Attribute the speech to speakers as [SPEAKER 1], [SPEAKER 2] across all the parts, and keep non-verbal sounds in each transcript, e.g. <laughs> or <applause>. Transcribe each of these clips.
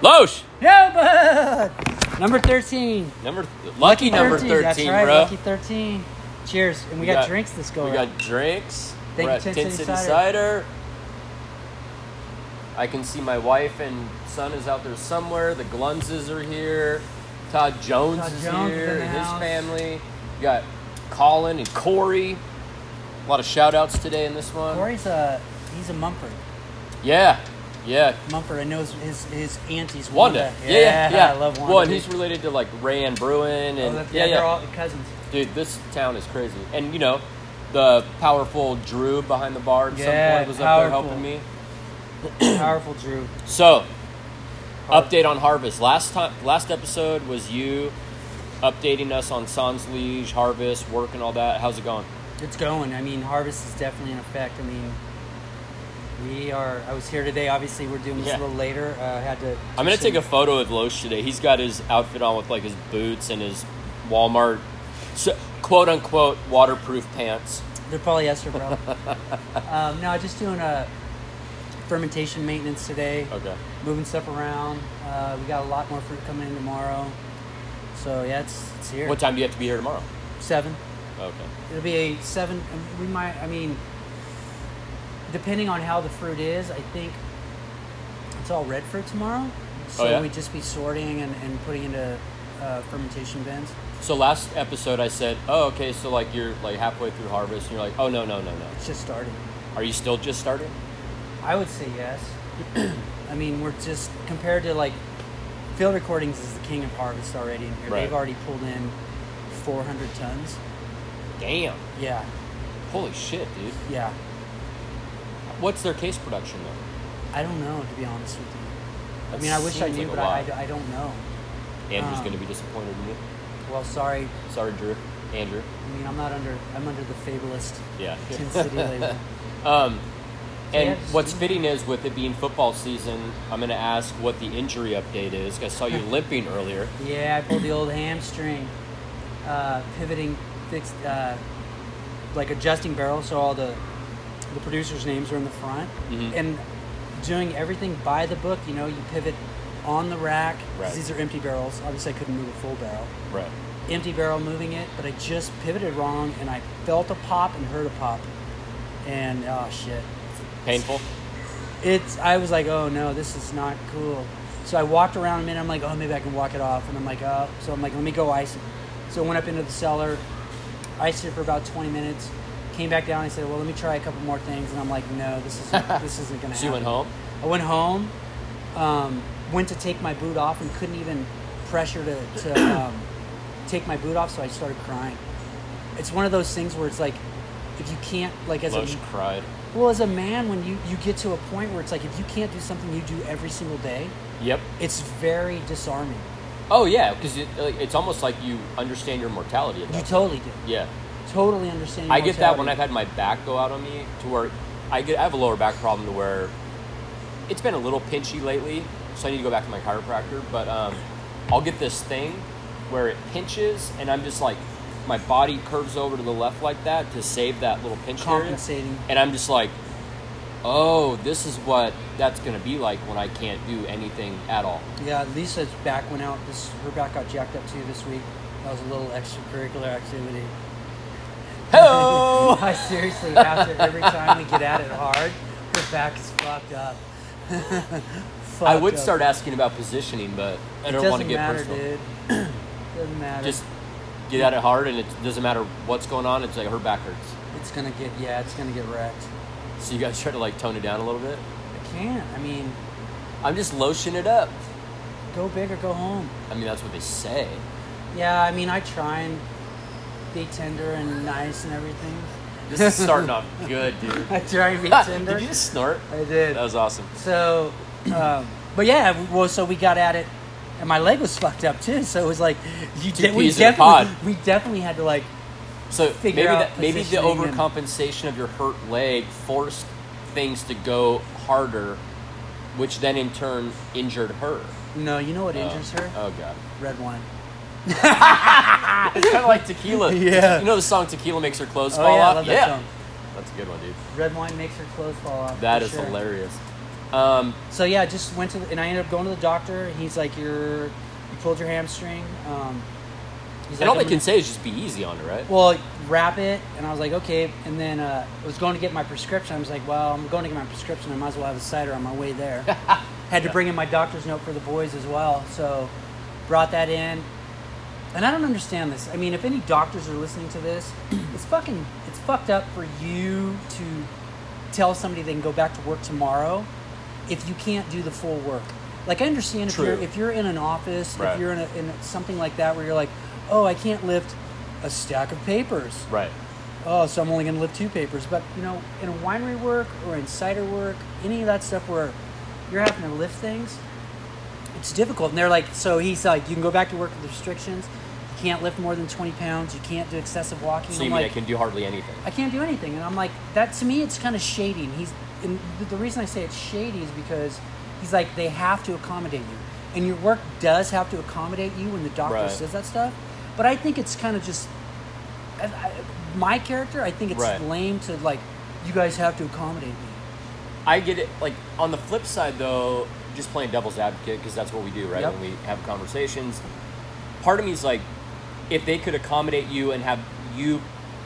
[SPEAKER 1] Loesch!
[SPEAKER 2] No, bud. Number thirteen.
[SPEAKER 1] Number lucky, number 13,
[SPEAKER 2] That's right,
[SPEAKER 1] bro.
[SPEAKER 2] lucky thirteen. Cheers, and we, got, drinks this go
[SPEAKER 1] We
[SPEAKER 2] around.
[SPEAKER 1] got drinks.
[SPEAKER 2] Thank
[SPEAKER 1] We're
[SPEAKER 2] you,
[SPEAKER 1] at
[SPEAKER 2] Tin
[SPEAKER 1] Tin
[SPEAKER 2] City
[SPEAKER 1] City
[SPEAKER 2] Cider.
[SPEAKER 1] Cider. I can see my wife and son is out there somewhere. The Glunzes are here. Todd Jones
[SPEAKER 2] Todd
[SPEAKER 1] is
[SPEAKER 2] Jones is
[SPEAKER 1] here.
[SPEAKER 2] in the
[SPEAKER 1] and his
[SPEAKER 2] house.
[SPEAKER 1] family. We got Colin and Corey. A lot of shout outs today in this one.
[SPEAKER 2] Corey's a he's a mumper.
[SPEAKER 1] Yeah. Yeah.
[SPEAKER 2] Mumper and knows his his auntie's
[SPEAKER 1] Wanda.
[SPEAKER 2] Wanda.
[SPEAKER 1] Yeah, yeah, yeah.
[SPEAKER 2] I love Wanda.
[SPEAKER 1] Well, and
[SPEAKER 2] dude.
[SPEAKER 1] he's related to like Ray and Bruin
[SPEAKER 2] Oh,
[SPEAKER 1] and
[SPEAKER 2] that's-
[SPEAKER 1] yeah,
[SPEAKER 2] they're
[SPEAKER 1] yeah.
[SPEAKER 2] all cousins. <clears throat>
[SPEAKER 1] Dude, this town is crazy. And you know, the powerful Drew behind the bar at
[SPEAKER 2] Yeah,
[SPEAKER 1] some point was
[SPEAKER 2] powerful.
[SPEAKER 1] up there helping me.
[SPEAKER 2] Powerful Drew.
[SPEAKER 1] So,
[SPEAKER 2] Har-
[SPEAKER 1] update on harvest. Last time, last episode was you updating us on Sans Liege, harvest, work, and all that. How's it going?
[SPEAKER 2] It's going. I mean, harvest is definitely in effect. I mean, we are. I was here today. Obviously, we're doing this
[SPEAKER 1] Yeah.
[SPEAKER 2] a little later. Uh, I had to. do
[SPEAKER 1] I'm gonna
[SPEAKER 2] some-
[SPEAKER 1] take a photo of Loesch today. He's got his outfit on with like his boots and his Walmart, so, quote unquote, waterproof pants.
[SPEAKER 2] They're polyester,
[SPEAKER 1] <laughs>
[SPEAKER 2] bro. um, no, just doing a fermentation maintenance today.
[SPEAKER 1] Okay.
[SPEAKER 2] Moving stuff around. Uh, we got a lot more fruit coming in tomorrow. So yeah, it's, it's here.
[SPEAKER 1] What time do you have to be here tomorrow?
[SPEAKER 2] Seven.
[SPEAKER 1] Okay.
[SPEAKER 2] It'll be a seven. We might. I mean, depending on how the fruit is, I think it's all red fruit tomorrow. So
[SPEAKER 1] Oh, yeah?
[SPEAKER 2] we just be sorting and, and putting into uh, fermentation bins.
[SPEAKER 1] So last episode I said, "Oh, okay, so like you're like halfway through harvest and you're like, "Oh, no, no, no, no."
[SPEAKER 2] It's just starting.
[SPEAKER 1] Are you still just starting?
[SPEAKER 2] I would say yes.
[SPEAKER 1] <clears throat>
[SPEAKER 2] I mean, we're just compared to like field recordings is the king of harvest already. in here. They've
[SPEAKER 1] Right.
[SPEAKER 2] already pulled in 400 tons.
[SPEAKER 1] Damn.
[SPEAKER 2] Yeah,
[SPEAKER 1] Holy shit, dude.
[SPEAKER 2] yeah.
[SPEAKER 1] What's their case production though?
[SPEAKER 2] I don't know to be honest with you. I
[SPEAKER 1] That
[SPEAKER 2] mean, I wish I
[SPEAKER 1] seems
[SPEAKER 2] knew,
[SPEAKER 1] like a
[SPEAKER 2] but I, I,
[SPEAKER 1] lot.
[SPEAKER 2] d- I don't know.
[SPEAKER 1] Andrew's
[SPEAKER 2] um,
[SPEAKER 1] going to be disappointed in you.
[SPEAKER 2] Well, sorry.
[SPEAKER 1] Sorry, Drew. Andrew.
[SPEAKER 2] I mean, I'm not under. I'm under the
[SPEAKER 1] <laughs>
[SPEAKER 2] Fabulist <laughs>
[SPEAKER 1] Yeah.
[SPEAKER 2] Tin City label.
[SPEAKER 1] Um, and
[SPEAKER 2] Yeah, just-
[SPEAKER 1] what's fitting is with it being football season, I'm going to ask what the injury update is. 'cause I saw
[SPEAKER 2] <laughs>
[SPEAKER 1] you limping earlier.
[SPEAKER 2] Yeah, I pulled the old hamstring, uh, pivoting, fixed, uh, like adjusting barrel, so all the the producers' names are in the front,
[SPEAKER 1] Mhm.
[SPEAKER 2] and doing everything by the book. You know, you pivot on the rack. 'cause
[SPEAKER 1] Right.
[SPEAKER 2] These are empty barrels. Obviously, I couldn't move a full barrel.
[SPEAKER 1] Right.
[SPEAKER 2] Empty barrel moving it, but I just pivoted wrong, and I felt a pop and heard a pop, and oh shit.
[SPEAKER 1] Painful?
[SPEAKER 2] it's I was like, oh no, this is not cool. So I walked around a minute. I'm like, oh, maybe I can walk it off. And I'm like, oh, so I'm like, let me go ice it. So I went up into the cellar, iced it for about 20 minutes, came back down. I said, well, let me try a couple more things. And I'm like, no, this isn't this isn't gonna happen.
[SPEAKER 1] <laughs> So you went home?
[SPEAKER 2] I went home, um, went to take my boot off and couldn't even pressure to, to
[SPEAKER 1] <clears throat>
[SPEAKER 2] um, take my boot off, so I started crying. It's one of those things where it's like, if you can't, like as
[SPEAKER 1] Loesch
[SPEAKER 2] a
[SPEAKER 1] cried.
[SPEAKER 2] well, as a man, when you, you get to a point where it's like if you can't do something you do every single day,
[SPEAKER 1] Yep.
[SPEAKER 2] it's very disarming.
[SPEAKER 1] Oh, yeah, because it, like, it's almost like you understand your mortality at
[SPEAKER 2] You
[SPEAKER 1] that
[SPEAKER 2] totally do.
[SPEAKER 1] point. Yeah.
[SPEAKER 2] Totally understand.
[SPEAKER 1] I get that when I've
[SPEAKER 2] mortality.
[SPEAKER 1] had my back go out on me to where I get I have a lower back problem to where it's been a little pinchy lately, so I need to go back to my chiropractor. But um, I'll get this thing where it pinches, and I'm just like my body curves over to the left like that to save that little pinch area.
[SPEAKER 2] Compensating.
[SPEAKER 1] and I'm just like, oh, this is what that's gonna be like when I can't do anything at all.
[SPEAKER 2] Yeah, Lisa's back went out. This her back got jacked up too this week. That was a little extracurricular activity.
[SPEAKER 1] Hello.
[SPEAKER 2] <laughs> I seriously, after every time we get at it hard, her back is fucked up. <laughs>
[SPEAKER 1] I
[SPEAKER 2] Fucked
[SPEAKER 1] would
[SPEAKER 2] up.
[SPEAKER 1] start asking about positioning, but I
[SPEAKER 2] It
[SPEAKER 1] don't want
[SPEAKER 2] doesn't
[SPEAKER 1] to get
[SPEAKER 2] matter,
[SPEAKER 1] personal.
[SPEAKER 2] dude. <clears throat> doesn't matter.
[SPEAKER 1] just get at it hard and it doesn't matter what's going on it's like her back hurts
[SPEAKER 2] it's gonna get yeah, it's gonna get wrecked.
[SPEAKER 1] so you guys try to like tone it down a little bit
[SPEAKER 2] I can't. I mean,
[SPEAKER 1] i'm just lotion it up
[SPEAKER 2] go big or go home.
[SPEAKER 1] i mean that's what they say
[SPEAKER 2] Yeah, I mean, I try and be tender and nice and everything. <laughs>
[SPEAKER 1] this is starting off good dude Ah,
[SPEAKER 2] I try and be
[SPEAKER 1] <laughs>
[SPEAKER 2] tender.
[SPEAKER 1] did you just snort
[SPEAKER 2] I did.
[SPEAKER 1] that was awesome
[SPEAKER 2] So, um, but yeah, w- well, so we got at it, and my leg was <laughs> fucked up too. So it was like, you
[SPEAKER 1] Two
[SPEAKER 2] de- we
[SPEAKER 1] peas in a
[SPEAKER 2] definitely,
[SPEAKER 1] pod.
[SPEAKER 2] we definitely had to like,
[SPEAKER 1] so
[SPEAKER 2] Figure
[SPEAKER 1] maybe
[SPEAKER 2] out
[SPEAKER 1] that maybe the
[SPEAKER 2] positioning and-
[SPEAKER 1] overcompensation of your hurt leg forced things to go harder which then in turn injured her
[SPEAKER 2] no, you know what
[SPEAKER 1] Oh.
[SPEAKER 2] injures her?
[SPEAKER 1] oh god
[SPEAKER 2] Red wine.
[SPEAKER 1] it's kind of like tequila
[SPEAKER 2] <laughs> Yeah.
[SPEAKER 1] you know the song tequila makes her clothes
[SPEAKER 2] Oh
[SPEAKER 1] fall
[SPEAKER 2] yeah, I
[SPEAKER 1] off
[SPEAKER 2] love
[SPEAKER 1] yeah
[SPEAKER 2] that song.
[SPEAKER 1] that's a good one dude
[SPEAKER 2] Red wine makes her clothes fall off.
[SPEAKER 1] That
[SPEAKER 2] for
[SPEAKER 1] is
[SPEAKER 2] sure.
[SPEAKER 1] hilarious Um,
[SPEAKER 2] So yeah, just went to the, and I ended up going to the doctor. and He's like, "You're you pulled your hamstring." Um, he's
[SPEAKER 1] and all
[SPEAKER 2] like,
[SPEAKER 1] they can
[SPEAKER 2] "I'm-
[SPEAKER 1] say is just be easy on it, right?
[SPEAKER 2] well, wrap it. And I was like, okay. And then uh, I was going to get my prescription. I was like, well, I'm going to get my prescription. I might as well have a cider on my way
[SPEAKER 1] <laughs>
[SPEAKER 2] there. Had to bring in my doctor's note for the boys as well. So brought that in. And I don't understand this. I mean, if any doctors are listening to this, <clears throat> it's fucking, it's fucked up for you to tell somebody they can go back to work tomorrow if you can't do the full work. Like I understand if
[SPEAKER 1] True.
[SPEAKER 2] you're if you're in an office,
[SPEAKER 1] Right.
[SPEAKER 2] if you're in, a, in something like that where you're like, oh, I can't lift a stack of papers.
[SPEAKER 1] right.
[SPEAKER 2] Oh, so I'm only going to lift two papers. But you know, in winery work or in cider work, any of that stuff where you're having to lift things, it's difficult. And they're like, so he's like, you can go back to work with restrictions. You can't lift more than 20 pounds. You can't do excessive walking.
[SPEAKER 1] So you
[SPEAKER 2] I'm
[SPEAKER 1] mean
[SPEAKER 2] like,
[SPEAKER 1] I can do hardly anything?
[SPEAKER 2] I can't do anything. And I'm like, that to me, it's kind of shady. And he's, and th- the reason I say it's shady is because he's like, they have to accommodate you. And your work does have to accommodate you when the doctor
[SPEAKER 1] Right.
[SPEAKER 2] says that stuff. But I think it's kind of just, I, I, my character, I think it's
[SPEAKER 1] Right.
[SPEAKER 2] lame to like, you guys have to accommodate me.
[SPEAKER 1] I get it. Like on the flip side, though, just playing devil's advocate because that's what we do, right?
[SPEAKER 2] Yep.
[SPEAKER 1] When we have conversations, part of me is like, if they could accommodate you and have you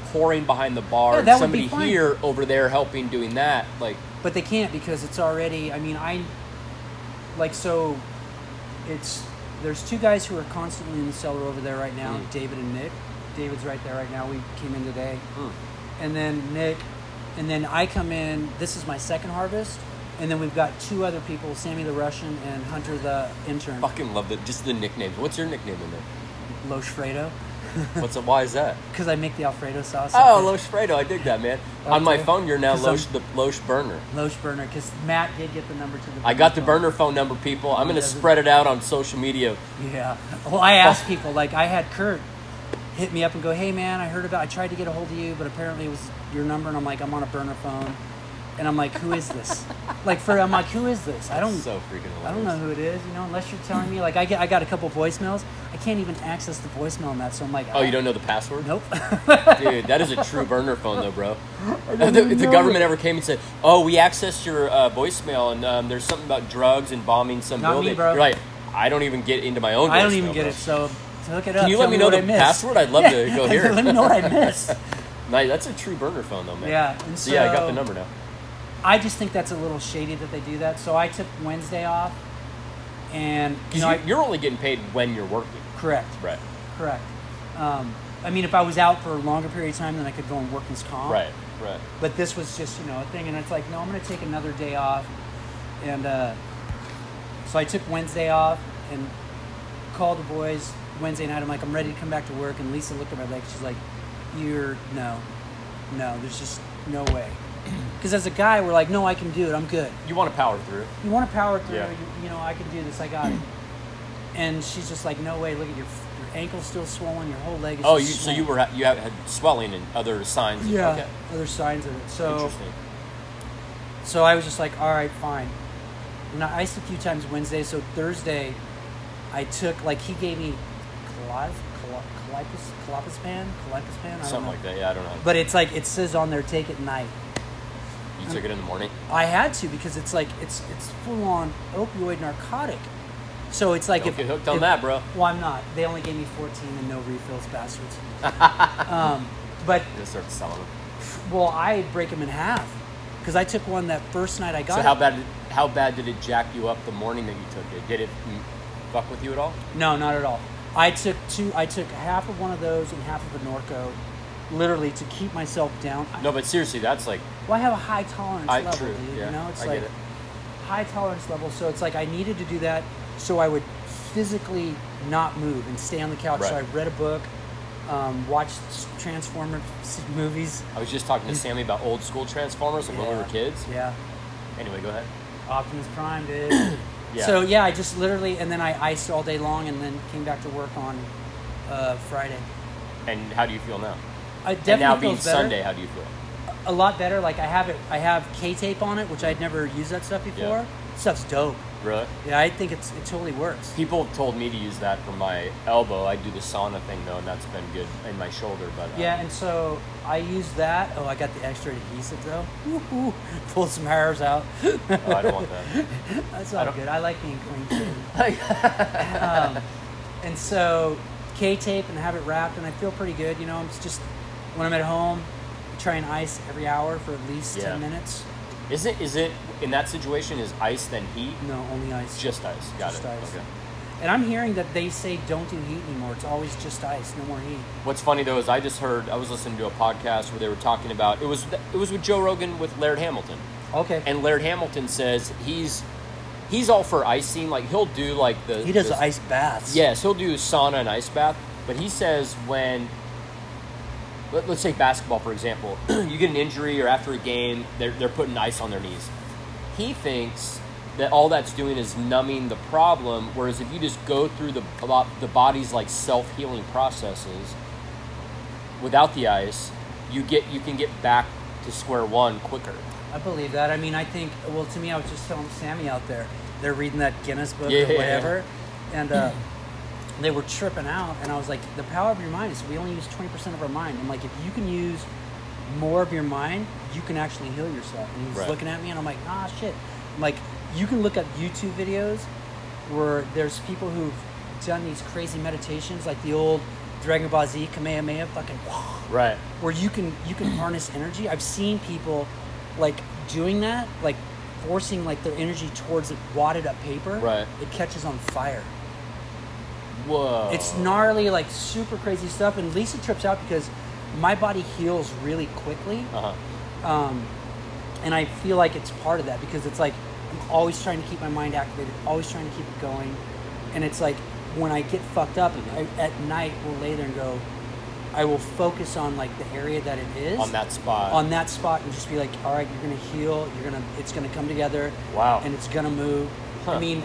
[SPEAKER 1] pouring behind the bar,
[SPEAKER 2] Yeah,
[SPEAKER 1] and
[SPEAKER 2] that would
[SPEAKER 1] somebody
[SPEAKER 2] be fine.
[SPEAKER 1] here over there helping doing that, like,
[SPEAKER 2] But they can't because it's already, I mean, I, like, so it's, there's two guys who are constantly in the cellar over there right now,
[SPEAKER 1] Mm.
[SPEAKER 2] David and Nick. David's right there right now. We came in today. and then Nick, and then I come in. This is my second harvest, and then we've got two other people: Sammy the Russian and Hunter the intern.
[SPEAKER 1] fucking love the just the nicknames. What's your nickname in <laughs> there?
[SPEAKER 2] Los Fredo,
[SPEAKER 1] What's up? Why is <laughs> that?
[SPEAKER 2] because I make the Alfredo sauce.
[SPEAKER 1] Oh, Losh Fredo, I dig that, man. On my
[SPEAKER 2] Okay.
[SPEAKER 1] phone, you're now
[SPEAKER 2] 'Cause I'm-
[SPEAKER 1] Losh the Losh Burner.
[SPEAKER 2] Losh burner, because Matt did get the number to the.
[SPEAKER 1] I got the
[SPEAKER 2] phone.
[SPEAKER 1] burner phone number, people. I'm gonna
[SPEAKER 2] doesn't-
[SPEAKER 1] spread it out on social media.
[SPEAKER 2] Yeah. Well, I
[SPEAKER 1] Oh.
[SPEAKER 2] asked people. Like, I had Kurt hit me up and go, "Hey, man, I heard about. I tried to get a hold of you, but apparently it was your number." And I'm like, "I'm on a burner phone," and I'm like, "Who is
[SPEAKER 1] <laughs>
[SPEAKER 2] this?" like, for I'm like, "Who is this?" I don't.
[SPEAKER 1] so freaking. Hilarious.
[SPEAKER 2] I don't know who it is, you know, unless you're telling me. Like, I get, I got a couple voicemails. I can't even access the voicemail on that, so I'm like,
[SPEAKER 1] Oh, you don't know the password? <laughs>
[SPEAKER 2] Nope.
[SPEAKER 1] Dude, that is a true burner phone, though,
[SPEAKER 2] <laughs>
[SPEAKER 1] bro. If
[SPEAKER 2] didn't
[SPEAKER 1] the, if the
[SPEAKER 2] know
[SPEAKER 1] government
[SPEAKER 2] that.
[SPEAKER 1] ever came and said, "Oh, we accessed your uh, voicemail, and um, there's something about drugs and bombing some
[SPEAKER 2] Not me,
[SPEAKER 1] building,"
[SPEAKER 2] bro.
[SPEAKER 1] you're like, "I don't even get into my own."
[SPEAKER 2] I don't
[SPEAKER 1] voicemail,
[SPEAKER 2] even get
[SPEAKER 1] bro."
[SPEAKER 2] it. So, so look it up.
[SPEAKER 1] you
[SPEAKER 2] tell
[SPEAKER 1] let me know
[SPEAKER 2] what
[SPEAKER 1] the
[SPEAKER 2] I missed.
[SPEAKER 1] password? I'd love
[SPEAKER 2] <laughs>
[SPEAKER 1] to go hear it.
[SPEAKER 2] let me know what I missed.
[SPEAKER 1] <laughs> Nice. That's a true burner phone, though, man.
[SPEAKER 2] Yeah, and
[SPEAKER 1] So, yeah, I got
[SPEAKER 2] so-
[SPEAKER 1] the number now.
[SPEAKER 2] I just think that's a little shady that they do that. So I took Wednesday off, and you
[SPEAKER 1] Because
[SPEAKER 2] know,
[SPEAKER 1] you,
[SPEAKER 2] I-
[SPEAKER 1] you're only getting paid when you're working,
[SPEAKER 2] correct,
[SPEAKER 1] right?
[SPEAKER 2] correct. Um, I mean, if I was out for a longer period of time, then I could go and work this comp.
[SPEAKER 1] Right, right.
[SPEAKER 2] but this was just you know a thing and it's like no i'm going to take another day off and uh, so i took wednesday off and called the boys wednesday night i'm like i'm ready to come back to work and lisa looked at my leg she's like you're no no there's just no way <clears throat> because as a guy we're like no i can do it i'm good
[SPEAKER 1] You want to power through.
[SPEAKER 2] you want to power through
[SPEAKER 1] Yeah.
[SPEAKER 2] you, you know i can do this i got it and she's just like no way look at your your ankle's still swollen your whole leg is
[SPEAKER 1] Oh, you,
[SPEAKER 2] just
[SPEAKER 1] so you
[SPEAKER 2] swollen."
[SPEAKER 1] were you had, had swelling and other signs.
[SPEAKER 2] yeah
[SPEAKER 1] Okay.
[SPEAKER 2] other signs of it so
[SPEAKER 1] Interesting.
[SPEAKER 2] So I was just like, all right, fine. And I iced a few times Wednesday. So Thursday, I took like he gave me calipus, calipus, calipus pan, calipus pan, I don't
[SPEAKER 1] Something
[SPEAKER 2] know.
[SPEAKER 1] like that. Yeah, I don't know.
[SPEAKER 2] But it's like it says on there, take at night.
[SPEAKER 1] you took it in the morning.
[SPEAKER 2] I had to because it's like it's it's full on opioid narcotic. So it's like
[SPEAKER 1] Don't
[SPEAKER 2] if
[SPEAKER 1] get hooked on
[SPEAKER 2] if-
[SPEAKER 1] that, bro.
[SPEAKER 2] Well, I'm not. They only gave me 14 and no refills,
[SPEAKER 1] <laughs>
[SPEAKER 2] bastards. um, but
[SPEAKER 1] Just start selling them.
[SPEAKER 2] well, I break them in half because I took one that first night I got.
[SPEAKER 1] So
[SPEAKER 2] it.
[SPEAKER 1] how bad how bad did it jack you up the morning that you took it? Did it mm, fuck with you at all?
[SPEAKER 2] No, not at all. I took two. I took half of one of those and half of a Norco, literally to keep myself down. I-
[SPEAKER 1] No, but seriously, that's like
[SPEAKER 2] Well, I have a high tolerance
[SPEAKER 1] I
[SPEAKER 2] level,
[SPEAKER 1] true.
[SPEAKER 2] dude.
[SPEAKER 1] yeah,
[SPEAKER 2] You know, it's
[SPEAKER 1] I
[SPEAKER 2] like
[SPEAKER 1] get it.
[SPEAKER 2] high tolerance level. So it's like I needed to do that, so I would physically not move and stay on the couch. So I
[SPEAKER 1] Right.
[SPEAKER 2] read a book, um, watched s- Transformer s- movies.
[SPEAKER 1] I was just talking to Sammy about old school Transformers like when we
[SPEAKER 2] Yeah.
[SPEAKER 1] were kids.
[SPEAKER 2] Yeah,
[SPEAKER 1] Anyway, go ahead.
[SPEAKER 2] Optimus
[SPEAKER 1] <clears throat>
[SPEAKER 2] Prime, dude.
[SPEAKER 1] Yeah.
[SPEAKER 2] So yeah, I just literally and then I iced all day long and then came back to work on uh, Friday.
[SPEAKER 1] And how do you feel now?
[SPEAKER 2] I
[SPEAKER 1] and now
[SPEAKER 2] definitely
[SPEAKER 1] being
[SPEAKER 2] feels better.
[SPEAKER 1] Sunday, how do you feel?
[SPEAKER 2] a lot better. Like I have it, I have K tape on it, which I'd never used that stuff before.
[SPEAKER 1] Yeah.
[SPEAKER 2] Stuff's dope.
[SPEAKER 1] Really?
[SPEAKER 2] Yeah, I think it's it totally works.
[SPEAKER 1] People have told me to use that for my elbow. I do the sauna thing though, and that's been good in my shoulder. But um,
[SPEAKER 2] Yeah, and so I use that. Oh, I got the extra adhesive though. Woo-hoo. <laughs> Pulled some hairs out.
[SPEAKER 1] oh, I don't
[SPEAKER 2] <laughs>
[SPEAKER 1] want that.
[SPEAKER 2] That's
[SPEAKER 1] I
[SPEAKER 2] all
[SPEAKER 1] don't-
[SPEAKER 2] good. I like being clean. shaven.
[SPEAKER 1] <laughs>
[SPEAKER 2] um, and so K tape and have it wrapped, and I feel pretty good. You know, I'm just when I'm at home, I try and ice every hour for at least
[SPEAKER 1] Yeah.
[SPEAKER 2] ten minutes.
[SPEAKER 1] Is it? Is it in that situation? Is ice then heat?
[SPEAKER 2] No, only ice.
[SPEAKER 1] Just ice. Got
[SPEAKER 2] Just
[SPEAKER 1] it.
[SPEAKER 2] ice.
[SPEAKER 1] Okay.
[SPEAKER 2] and I'm hearing that they say don't do heat anymore. It's always just ice, no more heat.
[SPEAKER 1] What's funny though is I just heard I was listening to a podcast where they were talking about it was it was with Joe Rogan with Laird Hamilton,
[SPEAKER 2] Okay.
[SPEAKER 1] and Laird Hamilton says he's he's all for icing. Like he'll do like the
[SPEAKER 2] he does
[SPEAKER 1] the
[SPEAKER 2] the ice baths.
[SPEAKER 1] Yes, he'll do sauna and ice bath, but he says when let, let's say basketball for example, <clears throat> you get an injury or after a game, they're they're putting ice on their knees. He thinks that all that's doing is numbing the problem, whereas if you just go through the bo- the body's like self healing processes without the ice, you get you can get back to square one quicker.
[SPEAKER 2] I believe that. I mean, I think, well, to me, I was just telling Sammy out there, they're reading that Guinness book
[SPEAKER 1] Yeah, yeah,
[SPEAKER 2] or
[SPEAKER 1] yeah.
[SPEAKER 2] whatever,
[SPEAKER 1] <clears throat>
[SPEAKER 2] and uh, they were tripping out. And I was like, the power of your mind is we only use 20% of our mind. I'm like, if you can use more of your mind, you can actually heal yourself. And he's
[SPEAKER 1] Right.
[SPEAKER 2] looking at me, and I'm like, ah, shit. I'm like, you can look up YouTube videos where there's people who've done these crazy meditations, like the old Dragon Ball Z Kamehameha fucking
[SPEAKER 1] Right.
[SPEAKER 2] where you can you can harness energy. I've seen people like doing that, like forcing like their energy towards a wadded up paper.
[SPEAKER 1] Right.
[SPEAKER 2] It catches on fire.
[SPEAKER 1] Whoa.
[SPEAKER 2] It's gnarly, like super crazy stuff. And Lisa trips out because my body heals really quickly,
[SPEAKER 1] Uh-huh.
[SPEAKER 2] um, and I feel like it's part of that because it's like I'm always trying to keep my mind activated, always trying to keep it going, and it's like when I get fucked up I, at night, we'll lay there and go. I will focus on like the area that it is
[SPEAKER 1] On that spot.
[SPEAKER 2] on that spot and just be like, all right, you're gonna heal. You're gonna, it's gonna come together.
[SPEAKER 1] Wow.
[SPEAKER 2] And it's gonna move.
[SPEAKER 1] Huh. Hmm.
[SPEAKER 2] I mean,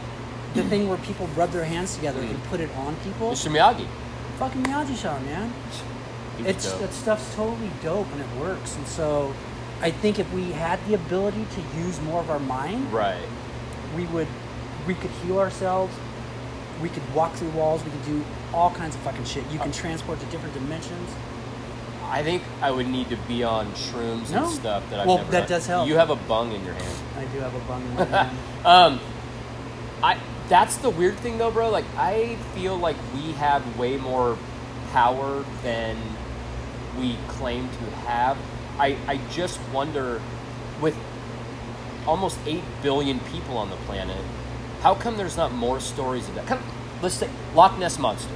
[SPEAKER 2] the thing where people rub their hands together and put it on people,
[SPEAKER 1] Mr. Miyagi.
[SPEAKER 2] fucking Miyagi Shaw, man.
[SPEAKER 1] He was
[SPEAKER 2] It's
[SPEAKER 1] dope.
[SPEAKER 2] that stuff's totally dope and it works. And so, I think if we had the ability to use more of our mind,
[SPEAKER 1] right.
[SPEAKER 2] we would, we could heal ourselves. We could walk through walls. We could do all kinds of fucking shit. You can
[SPEAKER 1] Uh,
[SPEAKER 2] transport to different dimensions.
[SPEAKER 1] I think I would need to be on shrooms
[SPEAKER 2] No.
[SPEAKER 1] and stuff that I've
[SPEAKER 2] Well,
[SPEAKER 1] never
[SPEAKER 2] that
[SPEAKER 1] done.
[SPEAKER 2] does help.
[SPEAKER 1] You have a bung in your hand.
[SPEAKER 2] I do have a bung in
[SPEAKER 1] <laughs>
[SPEAKER 2] my hand.
[SPEAKER 1] Um, I that's the weird thing though, bro. Like I feel like we have way more power than we claim to have. I I just wonder with almost eight billion people on the planet, how come there's not more stories of that? Come, let's say Loch Ness monster.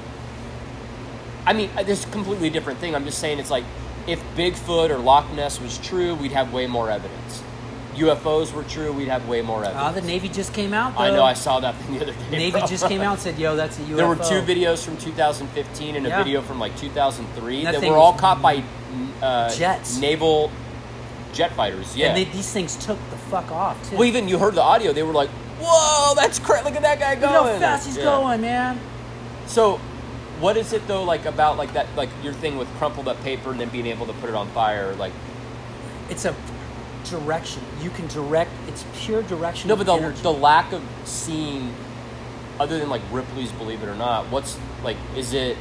[SPEAKER 1] I mean, uh, this is a completely different thing. I'm just saying it's like if Bigfoot or Loch Ness was true, we'd have way more evidence. UFOs were true, we'd have way more evidence.
[SPEAKER 2] Ah, the Navy just came out. Though.
[SPEAKER 1] I know I saw that thing the other day.
[SPEAKER 2] Um, Navy
[SPEAKER 1] bro.
[SPEAKER 2] just came out and said, "Yo, that's a UFO."
[SPEAKER 1] There were two videos from 2015 and a
[SPEAKER 2] Yeah.
[SPEAKER 1] video from like 2003
[SPEAKER 2] That
[SPEAKER 1] that,
[SPEAKER 2] thing
[SPEAKER 1] were all
[SPEAKER 2] was-
[SPEAKER 1] caught by uh,
[SPEAKER 2] Jets.
[SPEAKER 1] naval jet fighters. Yeah.
[SPEAKER 2] And they, these things took the fuck off too.
[SPEAKER 1] well, even you heard the audio. They were like, "Whoa, that's crazy! Look at that guy
[SPEAKER 2] Look
[SPEAKER 1] going!
[SPEAKER 2] at how fast he's
[SPEAKER 1] Yeah.
[SPEAKER 2] going, man.
[SPEAKER 1] So, what is it though? Like about like that, like your thing with crumpled up paper and then being able to put it on fire. Like
[SPEAKER 2] It's a direction. You can direct. It's pure direction.
[SPEAKER 1] no,
[SPEAKER 2] of
[SPEAKER 1] but the
[SPEAKER 2] energy.
[SPEAKER 1] the lack of seeing, other than like Ripley's Believe It or Not, what's like? Is it?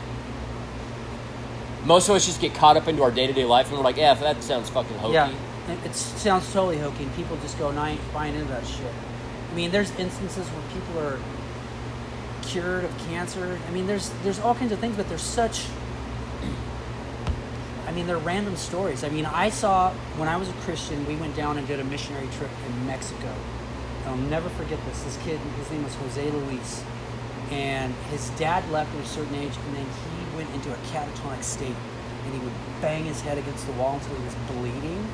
[SPEAKER 1] Most of us just get caught up into our day to day life and we're like, "Yeah, that sounds fucking hokey."
[SPEAKER 2] yeah, it, it sounds totally hokey. And people just go nine, buying into that shit. I mean, there's instances where people are cured of cancer. I mean, there's there's all kinds of things, but there's such. I mean, they're random stories. I mean, I saw when I was a Christian, we went down and did a missionary trip in Mexico. I'll never forget this. This kid, his name was Jose Luis, and his dad left at a certain age, and then he went into a catatonic state, and he would bang his head against the wall until he was bleeding,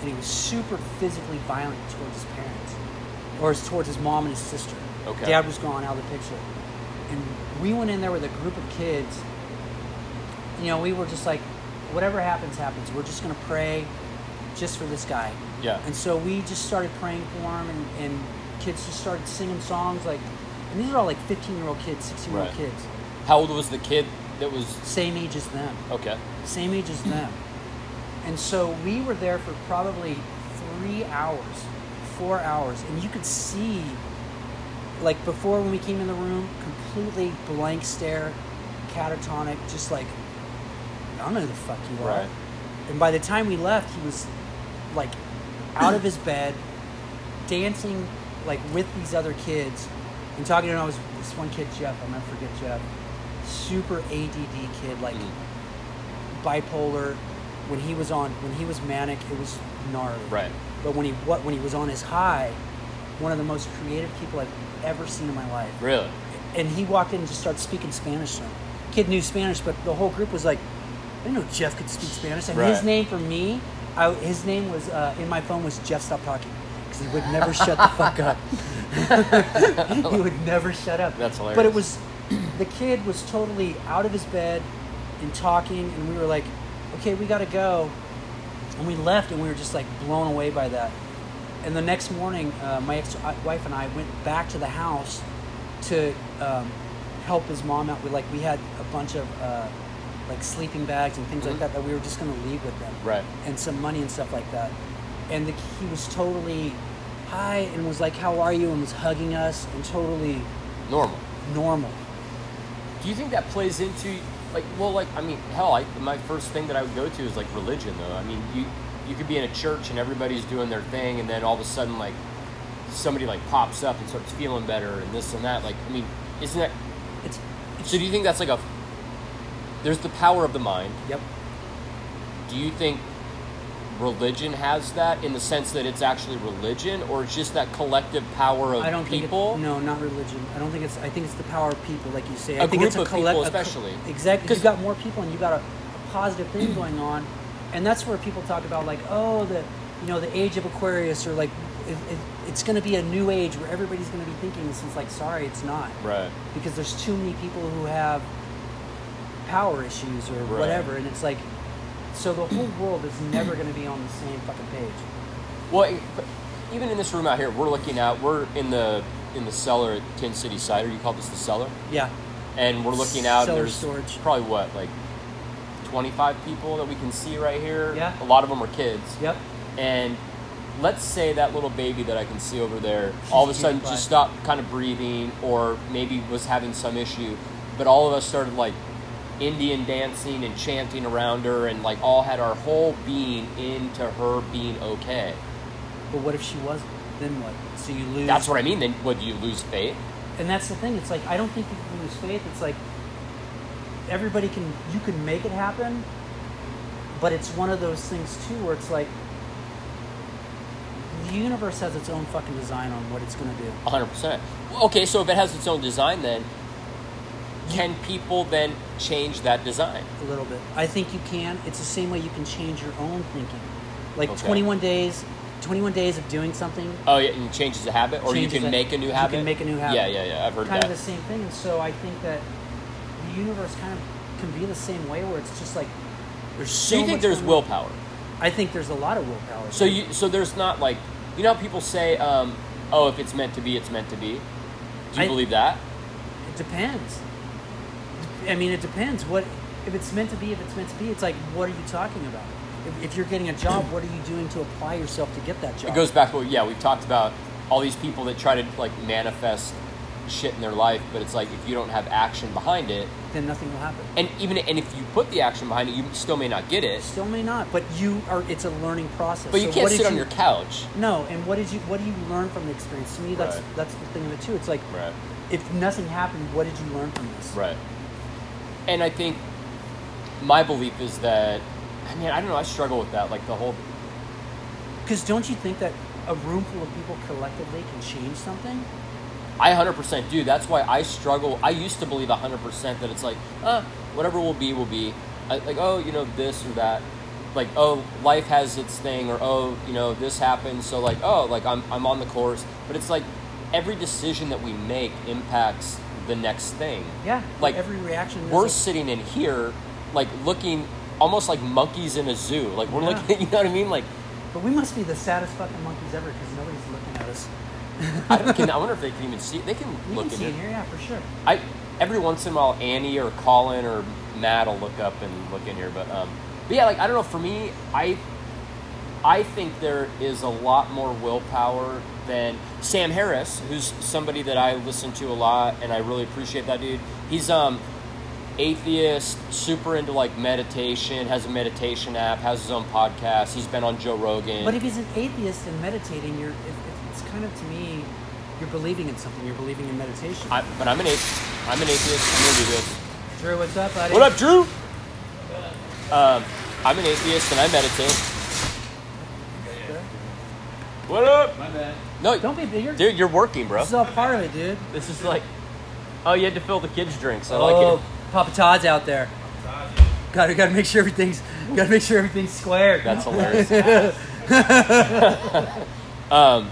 [SPEAKER 2] and he was super physically violent towards his parents, or towards his mom and his sister.
[SPEAKER 1] Okay.
[SPEAKER 2] Dad was gone out of the picture, and we went in there with a group of kids you know, we were just like, whatever happens, happens. We're just going to pray just for this guy.
[SPEAKER 1] Yeah.
[SPEAKER 2] And so we just started praying for him, and, and kids just started singing songs. Like, and these are all like 15 year old kids, 16 year old
[SPEAKER 1] Right.
[SPEAKER 2] kids,
[SPEAKER 1] How old was the kid that was?
[SPEAKER 2] same age as them,
[SPEAKER 1] Okay.
[SPEAKER 2] same age as them. And so we were there for probably three hours, four hours, and you could see like before when we came in the room, completely blank stare, catatonic, just like I don't know who the fuck you are.
[SPEAKER 1] Right.
[SPEAKER 2] And by the time we left, he was like out of his bed, dancing like with these other kids, and talking to him. I was this one kid, Jeff. I'll never forget Jeff. Super ADD kid, like bipolar. When he was on, when he was manic, it was gnarly.
[SPEAKER 1] Right.
[SPEAKER 2] But when he what when he was on his high, one of the most creative people I've ever seen in my life.
[SPEAKER 1] Really?
[SPEAKER 2] And he walked in and just started speaking Spanish to him. Kid knew Spanish, but the whole group was like, I didn't know Jeff could speak Spanish. And his
[SPEAKER 1] Right.
[SPEAKER 2] name for me, I, his name was uh, in my phone was Jeff Stop Talking because he would never shut the fuck up. <laughs> he would never shut up.
[SPEAKER 1] That's
[SPEAKER 2] But it
[SPEAKER 1] hilarious.
[SPEAKER 2] was the kid was totally out of his bed and talking, and we were like, okay, we gotta go. And we left, and we were just like blown away by that. And the next morning, uh, my ex-wife and I went back to the house to um, help his mom out. We like we had a bunch of uh, like sleeping bags and things like that that we were just gonna leave with them,
[SPEAKER 1] Right.
[SPEAKER 2] And some money and stuff like that. And the, he was totally hi and was like, "How are you?" and was hugging us and totally
[SPEAKER 1] Normal.
[SPEAKER 2] normal.
[SPEAKER 1] Do you think that plays into like well like I mean hell I, my first thing that I would go to is like religion though I mean you you could be in a church and everybody's doing their thing and then all of a sudden like somebody like pops up and starts feeling better and this and that like I mean isn't that
[SPEAKER 2] It's
[SPEAKER 1] so do you think that's like a there's the power of the mind
[SPEAKER 2] yep.
[SPEAKER 1] do you think religion has that in the sense that it's actually religion or it's just that collective power of
[SPEAKER 2] I don't
[SPEAKER 1] people
[SPEAKER 2] Think it, no, not religion. I don't think it's. I think it's the power of people, like you say. I
[SPEAKER 1] A
[SPEAKER 2] think
[SPEAKER 1] group
[SPEAKER 2] it's a
[SPEAKER 1] of people
[SPEAKER 2] collect- a co-
[SPEAKER 1] especially.
[SPEAKER 2] exactly.
[SPEAKER 1] 'Cause-
[SPEAKER 2] You've got more people, and you got a, a positive thing going on, and that's where people talk about like, oh, the, you know, the age of Aquarius, or like, it, it, it's going to be a new age where everybody's going to be thinking this. And it's like, sorry, it's not
[SPEAKER 1] right
[SPEAKER 2] because there's too many people who have power issues or
[SPEAKER 1] Right.
[SPEAKER 2] whatever, and it's like, so the whole world is never going to be on the same fucking page.
[SPEAKER 1] Well, e- but even in this room out here, we're looking out. We're in the in the cellar at Tin City Cider. You call this the cellar,
[SPEAKER 2] Yeah,
[SPEAKER 1] and we're looking out.
[SPEAKER 2] Cellar
[SPEAKER 1] and there's
[SPEAKER 2] storage.
[SPEAKER 1] probably what like twenty five people that we can see right here.
[SPEAKER 2] Yeah.
[SPEAKER 1] a lot of them are kids.
[SPEAKER 2] yep,
[SPEAKER 1] And let's say that little baby that I can see over there, all of a sudden
[SPEAKER 2] Beautiful.
[SPEAKER 1] just stopped kind of breathing, or maybe was having some issue. But all of us started like Indian dancing and chanting around her, and like all had our whole being into her being okay.
[SPEAKER 2] but what if she wasn't? Then what? So you lose.
[SPEAKER 1] That's what I mean. Then would you lose faith?
[SPEAKER 2] and that's the thing. It's like I don't think you can lose faith. It's like everybody can you can make it happen, but it's one of those things too where it's like the universe has its own fucking design on what it's gonna do.
[SPEAKER 1] 100%. Okay, so if it has its own design, then can people then change that design?
[SPEAKER 2] a little bit. I think you can. It's the same way you can change your own thinking. Like
[SPEAKER 1] Okay.
[SPEAKER 2] 21 days, 21 days of doing something
[SPEAKER 1] Oh, yeah, and changes a habit, or you
[SPEAKER 2] changes
[SPEAKER 1] can
[SPEAKER 2] it.
[SPEAKER 1] make a new
[SPEAKER 2] You
[SPEAKER 1] habit.
[SPEAKER 2] can make a new
[SPEAKER 1] Yeah,
[SPEAKER 2] habit.
[SPEAKER 1] yeah, yeah. I've heard
[SPEAKER 2] kind
[SPEAKER 1] that.
[SPEAKER 2] of the same thing. And so I think that the universe kind of can be the same way where it's just like there's so
[SPEAKER 1] so you think
[SPEAKER 2] much
[SPEAKER 1] there's
[SPEAKER 2] going on.
[SPEAKER 1] willpower?
[SPEAKER 2] I think there's a lot of willpower.
[SPEAKER 1] So you, so there's not like, you know, how people say, um, oh, if it's meant to be, it's meant to be. Do you
[SPEAKER 2] I-
[SPEAKER 1] believe that?
[SPEAKER 2] it depends. I mean, it depends. What if it's meant to be? If it's meant to be, it's like what are you talking about? If, if you're getting a job, what are you doing to apply yourself to get that job?
[SPEAKER 1] It goes back to what, yeah, we've talked about all these people that try to like manifest shit in their life, but it's like if you don't have action behind it,
[SPEAKER 2] then nothing will happen.
[SPEAKER 1] and even and if you put the action behind it, you still may not get it.
[SPEAKER 2] Still may not, but you are. It's a learning process.
[SPEAKER 1] But you
[SPEAKER 2] So
[SPEAKER 1] can't
[SPEAKER 2] what did
[SPEAKER 1] sit on
[SPEAKER 2] you-
[SPEAKER 1] your couch.
[SPEAKER 2] No, and what did you? What do you learn from the experience? To me, that's
[SPEAKER 1] Right.
[SPEAKER 2] that's the thing of it too. It's like if nothing happened, what did you learn from this?
[SPEAKER 1] right. And I think my belief is that, I mean, I don't know. I struggle with that. Like the whole,
[SPEAKER 2] Because don't you think that a room full of people collectively can change something?
[SPEAKER 1] I 100% do. That's why I struggle. I used to believe 100% that it's like, uh, whatever will be, will be. I, like, oh, you know, this or that. Like, oh, life has its thing, or oh, you know, this happens. So, like, oh, like I'm, I'm on the course. But it's like every decision that we make impacts the next thing.
[SPEAKER 2] Yeah,
[SPEAKER 1] Like,
[SPEAKER 2] every reaction. is
[SPEAKER 1] we're
[SPEAKER 2] like-
[SPEAKER 1] sitting in here, like looking almost like monkeys in a zoo. Like we're
[SPEAKER 2] Yeah.
[SPEAKER 1] looking, <laughs> you know what I mean? Like
[SPEAKER 2] but we must be the saddest fucking monkeys ever because nobody's looking at us.
[SPEAKER 1] I, don't, can, I wonder if they can even see. They can
[SPEAKER 2] You
[SPEAKER 1] look
[SPEAKER 2] can
[SPEAKER 1] in
[SPEAKER 2] see
[SPEAKER 1] it.
[SPEAKER 2] in here, yeah, for sure.
[SPEAKER 1] I every once in a while, Annie or Colin or Matt will look up and look in here. But um, but yeah, like I don't know. For me, I I think there is a lot more willpower then Sam Harris, who's somebody that I listen to a lot, and I really appreciate that dude. He's um atheist, super into like meditation, has a meditation app, has his own podcast. He's been on Joe Rogan.
[SPEAKER 2] But if he's an atheist and meditating, you're if, if it's kind of to me, you're believing in something. You're believing in meditation.
[SPEAKER 1] I, but I'm an atheist. I'm an atheist. I'm gonna do this.
[SPEAKER 2] Drew, what's up, buddy?
[SPEAKER 1] What up, Drew? Um, I'm an atheist and I meditate. What up?
[SPEAKER 3] My bad.
[SPEAKER 1] No,
[SPEAKER 2] Don't be bigger.
[SPEAKER 1] dude, you're working, bro.
[SPEAKER 2] This is all part of it, dude.
[SPEAKER 1] This is like, oh, you had to fill the kids' drinks. I
[SPEAKER 2] oh,
[SPEAKER 1] like it.
[SPEAKER 2] Papa Todd's out there. Gotta gotta make sure everything's gotta make sure everything's squared.
[SPEAKER 3] <laughs>
[SPEAKER 1] That's hilarious. <laughs> um,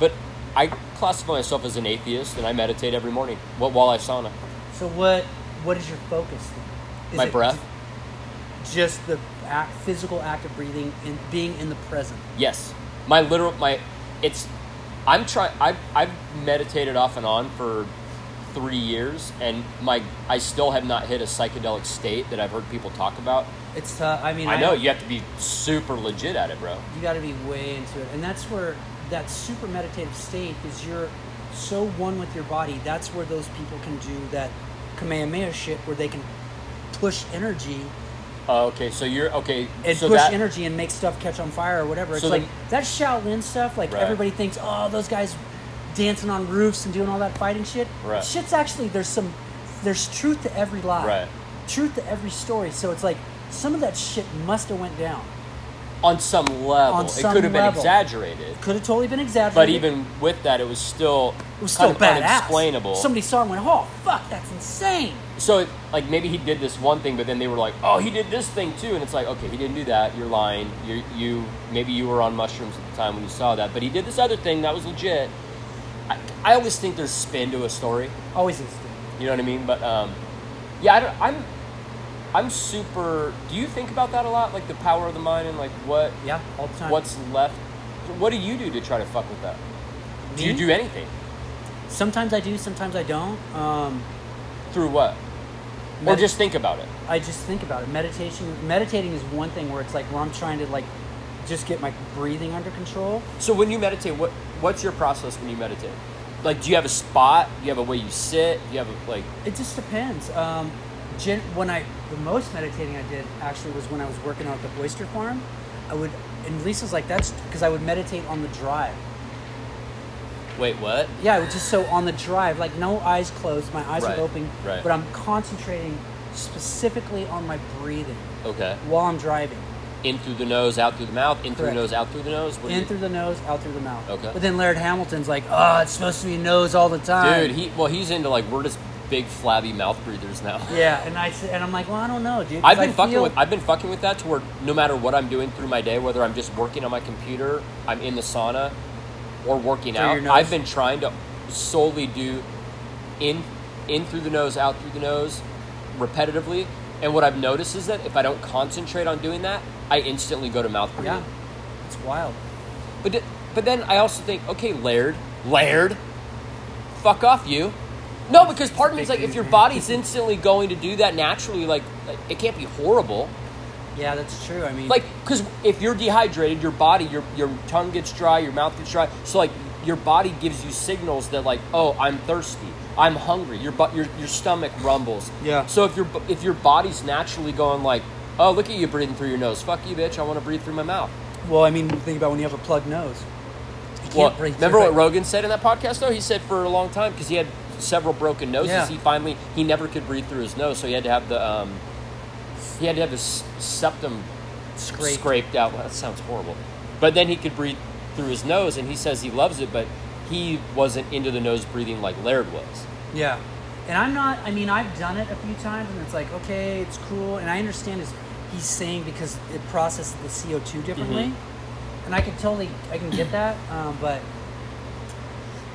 [SPEAKER 1] but I classify myself as an atheist and I meditate every morning. What while I sauna,
[SPEAKER 2] so what what is your focus? Then? Is
[SPEAKER 1] my
[SPEAKER 2] it
[SPEAKER 1] breath.
[SPEAKER 2] Just the act, physical act of breathing and being in the present.
[SPEAKER 1] Yes, my literal my, it's, I'm trying. I've I've meditated off and on for three years, and my I still have not hit a psychedelic state that I've heard people talk about.
[SPEAKER 2] It's tough. I mean,
[SPEAKER 1] I know you have to be super legit at it, bro.
[SPEAKER 2] you got to be way into it and that's where that super meditative state is you're so one with your body that's where those people can do that kamehameha shit where they can push energy
[SPEAKER 1] Oh, okay, so you're okay.
[SPEAKER 2] and
[SPEAKER 1] so
[SPEAKER 2] push
[SPEAKER 1] that,
[SPEAKER 2] energy and make stuff catch on fire or whatever it's
[SPEAKER 1] So
[SPEAKER 2] like
[SPEAKER 1] then-
[SPEAKER 2] that shaolin stuff like
[SPEAKER 1] Right.
[SPEAKER 2] everybody thinks oh those guys dancing on roofs and doing all that fighting shit
[SPEAKER 1] Right.
[SPEAKER 2] shit's actually there's some there's truth to every lie
[SPEAKER 1] Right.
[SPEAKER 2] truth to every story so it's like some of that shit must have went down
[SPEAKER 1] on some level,
[SPEAKER 2] On some
[SPEAKER 1] it could have been
[SPEAKER 2] level.
[SPEAKER 1] exaggerated.
[SPEAKER 2] could have totally been exaggerated
[SPEAKER 1] But even with that, it was still
[SPEAKER 2] It was
[SPEAKER 1] kind
[SPEAKER 2] still
[SPEAKER 1] of
[SPEAKER 2] badass.
[SPEAKER 1] unexplainable.
[SPEAKER 2] Somebody saw it and went, oh, fuck, that's insane.
[SPEAKER 1] so it, like maybe he did this one thing, but then they were like, "Oh, he did this thing too," and it's like, "Okay, he didn't do that. You're lying. You you maybe you were on mushrooms at the time when you saw that, but he did this other thing that was legit." I, I always think there's spin to a story.
[SPEAKER 2] Always is.
[SPEAKER 1] You know what I mean? But um, yeah, I don't, I'm I'm super. Do you think about that a lot, like the power of the mind and like what
[SPEAKER 2] Yeah, all the time.
[SPEAKER 1] what's left? What do you do to try to fuck with that? Do you
[SPEAKER 2] Me?
[SPEAKER 1] do anything
[SPEAKER 2] Sometimes I do, sometimes I don't. Um,
[SPEAKER 1] through what, or
[SPEAKER 2] Medi-
[SPEAKER 1] just think about it?
[SPEAKER 2] I just think about it. Meditation, meditating is one thing where it's like where I'm trying to like just get my breathing under control.
[SPEAKER 1] So when you meditate, what what's your process when you meditate? Like, do you have a spot? Do you have a way you sit? Do you have a, like?
[SPEAKER 2] It just depends. Um, gen- when I the most meditating I did actually was when I was working out at the oyster farm. I would, and Lisa's like that's because I would meditate on the drive.
[SPEAKER 1] Wait, what?
[SPEAKER 2] Yeah, it was just so on the drive, like no eyes closed, my eyes
[SPEAKER 1] Right,
[SPEAKER 2] are open,
[SPEAKER 1] right.
[SPEAKER 2] but I'm concentrating specifically on my breathing
[SPEAKER 1] Okay.
[SPEAKER 2] while I'm driving.
[SPEAKER 1] In through the nose, out through the mouth. In through
[SPEAKER 2] Correct.
[SPEAKER 1] the nose, out through the nose. What do
[SPEAKER 2] In
[SPEAKER 1] you-
[SPEAKER 2] through the nose, out through the mouth.
[SPEAKER 1] Okay.
[SPEAKER 2] But then Laird Hamilton's like, oh, it's supposed to be nose all the time.
[SPEAKER 1] Dude, he well, he's into like we're just big flabby mouth breathers now.
[SPEAKER 2] Yeah, and I s- and I'm like, well, I don't know, dude. 'cause
[SPEAKER 1] I've been
[SPEAKER 2] I
[SPEAKER 1] fucking
[SPEAKER 2] feel-
[SPEAKER 1] with I've been fucking with that to where no matter what I'm doing through my day, whether I'm just working on my computer, I'm in the sauna, or working
[SPEAKER 2] Through your
[SPEAKER 1] out,
[SPEAKER 2] nose.
[SPEAKER 1] I've been trying to solely do in in through the nose, out through the nose, repetitively. And what I've noticed is that if I don't concentrate on doing that, I instantly go to mouth breathing.
[SPEAKER 2] Yeah, it's wild.
[SPEAKER 1] But th- but then I also think, okay, Laird, Laird, fuck off you. No, because part of me is like, if your
[SPEAKER 2] <laughs>
[SPEAKER 1] body's instantly going to do that naturally, like like, it can't be horrible.
[SPEAKER 2] Yeah, that's true. I mean,
[SPEAKER 1] Like, because if you're dehydrated, your body, your your tongue gets dry, your mouth gets dry. So like, your body gives you signals that like, oh, I'm thirsty, I'm hungry. Your bu- your your stomach rumbles.
[SPEAKER 2] Yeah.
[SPEAKER 1] So if your bu- if your body's naturally going like, oh, look at you breathing through your nose. Fuck you, bitch. I want to breathe through my mouth.
[SPEAKER 2] well, I mean, think about when you have a plugged nose. You can't
[SPEAKER 1] Well,
[SPEAKER 2] breathe
[SPEAKER 1] remember what
[SPEAKER 2] through it.
[SPEAKER 1] Rogan said in that podcast? Though he said for a long time because he had several broken noses.
[SPEAKER 2] Yeah.
[SPEAKER 1] He finally he never could breathe through his nose, so he had to have the um, he had to have his septum
[SPEAKER 2] Scrape.
[SPEAKER 1] scraped out. Well, that sounds horrible. But then he could breathe through his nose, and he says he loves it, but he wasn't into the nose breathing like Laird was.
[SPEAKER 2] Yeah. And I'm not, I mean, I've done it a few times and it's like, okay, it's cool. And I understand is he's saying because it processes the CO2 differently.
[SPEAKER 1] Mm-hmm.
[SPEAKER 2] And I can totally, I can get that. Um, but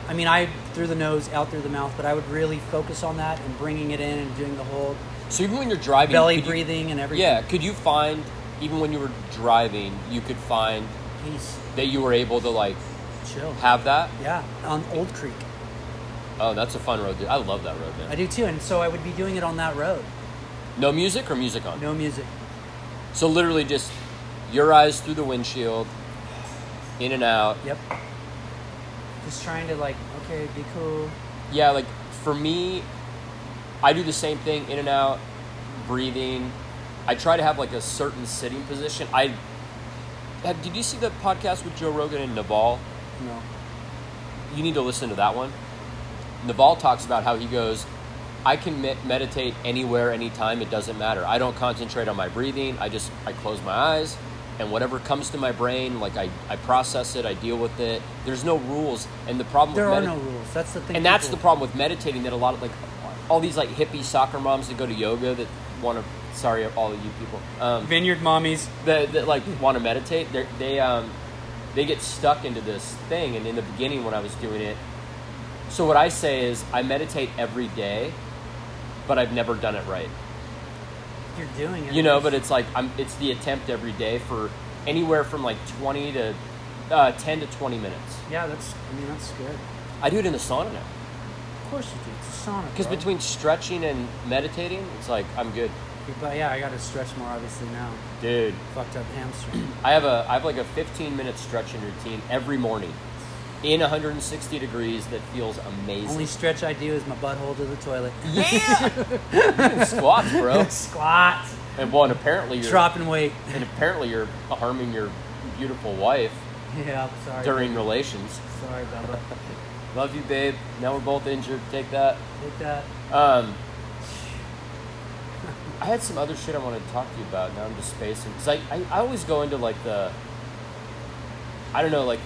[SPEAKER 2] I mean, I through the nose, out through the mouth, but I would really focus on that and bringing it in and doing the whole
[SPEAKER 1] So even when you're driving,
[SPEAKER 2] belly
[SPEAKER 1] could you-
[SPEAKER 2] breathing and everything.
[SPEAKER 1] yeah, could you find even when you were driving, you could find
[SPEAKER 2] Peace.
[SPEAKER 1] that you were able to like
[SPEAKER 2] Chill.
[SPEAKER 1] have that.
[SPEAKER 2] Yeah. On Old Creek.
[SPEAKER 1] Oh, that's a fun road. Dude. I love that road, man.
[SPEAKER 2] I do too. And so I would be doing it on that road.
[SPEAKER 1] No music or music on?
[SPEAKER 2] No music.
[SPEAKER 1] So literally just your eyes through the windshield, in and out,
[SPEAKER 2] Yep. Just trying to like, okay, be cool.
[SPEAKER 1] yeah, like for me, I do the same thing in and out, breathing. I try to have like a certain sitting position. I have, did you see the podcast with Joe Rogan and Naval?
[SPEAKER 2] You know.
[SPEAKER 1] You need to listen to that one. Naval talks about how he goes, I can me- meditate anywhere, anytime. It doesn't matter. I don't concentrate on my breathing. I just I close my eyes, and whatever comes to my brain, like I, I process it. I deal with it. There's no rules, and the problem
[SPEAKER 2] There
[SPEAKER 1] with
[SPEAKER 2] are
[SPEAKER 1] medit-
[SPEAKER 2] no rules. That's the thing.
[SPEAKER 1] and that's the
[SPEAKER 2] people-
[SPEAKER 1] problem with meditating that a lot of like all these like hippie soccer moms that go to yoga that want to sorry all of you people um,
[SPEAKER 2] Vineyard mommies.
[SPEAKER 1] that, that like want to meditate they're- they um they get stuck into this thing and in the beginning when i was doing it so what i say is i meditate every day but i've never done it right
[SPEAKER 2] You're doing it.
[SPEAKER 1] you know but it's like i'm it's the attempt every day for anywhere from like 20 to uh, 10 to 20 minutes
[SPEAKER 2] yeah, that's. I mean, that's good.
[SPEAKER 1] i do it in the sauna now
[SPEAKER 2] Of course you do. It's a sauna.
[SPEAKER 1] because
[SPEAKER 2] bro.
[SPEAKER 1] between stretching and meditating it's like i'm good
[SPEAKER 2] But yeah, I got to stretch more obviously now.
[SPEAKER 1] dude
[SPEAKER 2] Fucked up hamstring.
[SPEAKER 1] <clears throat> I have a I have like a 15 minute stretching routine every morning in 160 degrees that feels amazing.
[SPEAKER 2] Only stretch I do is my butthole to the toilet.
[SPEAKER 1] <laughs> squats,
[SPEAKER 2] <laughs>
[SPEAKER 1] bro.
[SPEAKER 2] Squat.
[SPEAKER 1] and well, and apparently Oh. you're
[SPEAKER 2] Dropping weight. <laughs>
[SPEAKER 1] and apparently you're harming your beautiful wife
[SPEAKER 2] Yeah, sorry.
[SPEAKER 1] during relations.
[SPEAKER 2] Sorry, Bubba.
[SPEAKER 1] Love you, babe. Now we're both injured. Take that.
[SPEAKER 2] Hit that.
[SPEAKER 1] Um, I had some other shit I wanted to talk to you about. Now I'm just spacing because I, I I always go into like the I don't know like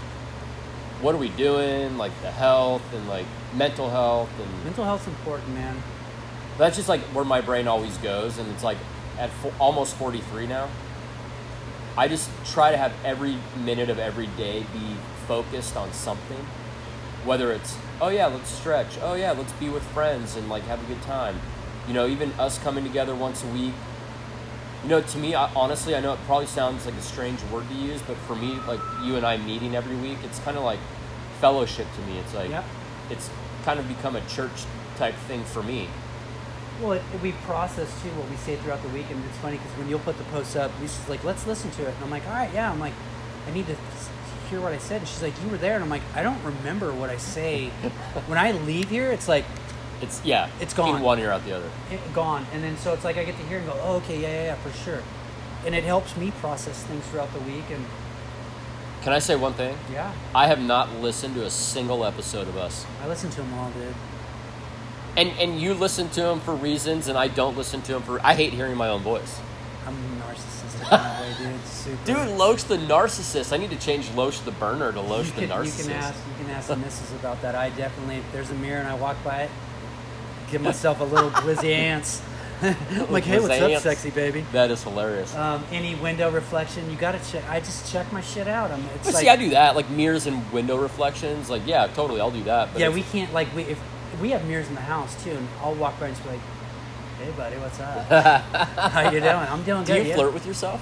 [SPEAKER 1] what are we doing like the health and like mental health and
[SPEAKER 2] Mental health's important, man.
[SPEAKER 1] That's just like where my brain always goes, and it's like at fo- almost 43 now. I just try to have every minute of every day be focused on something, whether it's oh yeah, let's stretch, oh yeah, let's be with friends and like have a good time. You know, even us coming together once a week. You know, to me, I, honestly, I know it probably sounds like a strange word to use, but for me, like you and I meeting every week, it's kind of like fellowship to me. It's like
[SPEAKER 2] Yep.
[SPEAKER 1] it's kind of become a church type thing for me.
[SPEAKER 2] Well, it, we process too what we say throughout the week, and it's funny because when you'll put the posts up, Lisa's like, "Let's listen to it," and I'm like, "All right, yeah." I'm like, "I need to s- hear what I said," and she's like, "You were there," and I'm like, "I don't remember what I say." when I leave here, it's like
[SPEAKER 1] It's yeah.
[SPEAKER 2] It's gone.
[SPEAKER 1] In one ear out the other.
[SPEAKER 2] it- gone, and then so it's like I get to hear and go, oh, "Okay, yeah, yeah, yeah, for sure," and it helps me process things throughout the week, and
[SPEAKER 1] Can I say one thing?
[SPEAKER 2] yeah,
[SPEAKER 1] I have not listened to a single episode of us.
[SPEAKER 2] I listen to them all, dude.
[SPEAKER 1] And and you listen to them for reasons, and I don't listen to them for. I hate hearing my own voice.
[SPEAKER 2] I'm narcissistic in that way, dude. It's Super.
[SPEAKER 1] Dude, Loach the narcissist. I need to change Loach the burner to Loach
[SPEAKER 2] you
[SPEAKER 1] the
[SPEAKER 2] can, you
[SPEAKER 1] narcissist.
[SPEAKER 2] can ask you can ask the missus about that. I definitely there's a mirror and I walk by it,
[SPEAKER 1] <laughs>
[SPEAKER 2] give myself a little glizzy ants. <laughs> I'm like, hey, what's
[SPEAKER 1] Glizzy
[SPEAKER 2] up,
[SPEAKER 1] ants.
[SPEAKER 2] sexy baby?
[SPEAKER 1] That is hilarious.
[SPEAKER 2] Um, any window reflection, you gotta check. I just check my shit out. I'm, it's
[SPEAKER 1] but
[SPEAKER 2] like,
[SPEAKER 1] see, I do that, like mirrors and window reflections. Like, yeah, totally, I'll do that. But
[SPEAKER 2] yeah,
[SPEAKER 1] it's-
[SPEAKER 2] we can't like we if we have mirrors in the house too, and I'll walk by and just be like, hey, buddy, what's up?
[SPEAKER 1] <laughs>
[SPEAKER 2] How you doing? I'm doing
[SPEAKER 1] do
[SPEAKER 2] good.
[SPEAKER 1] you
[SPEAKER 2] yeah.
[SPEAKER 1] flirt with yourself?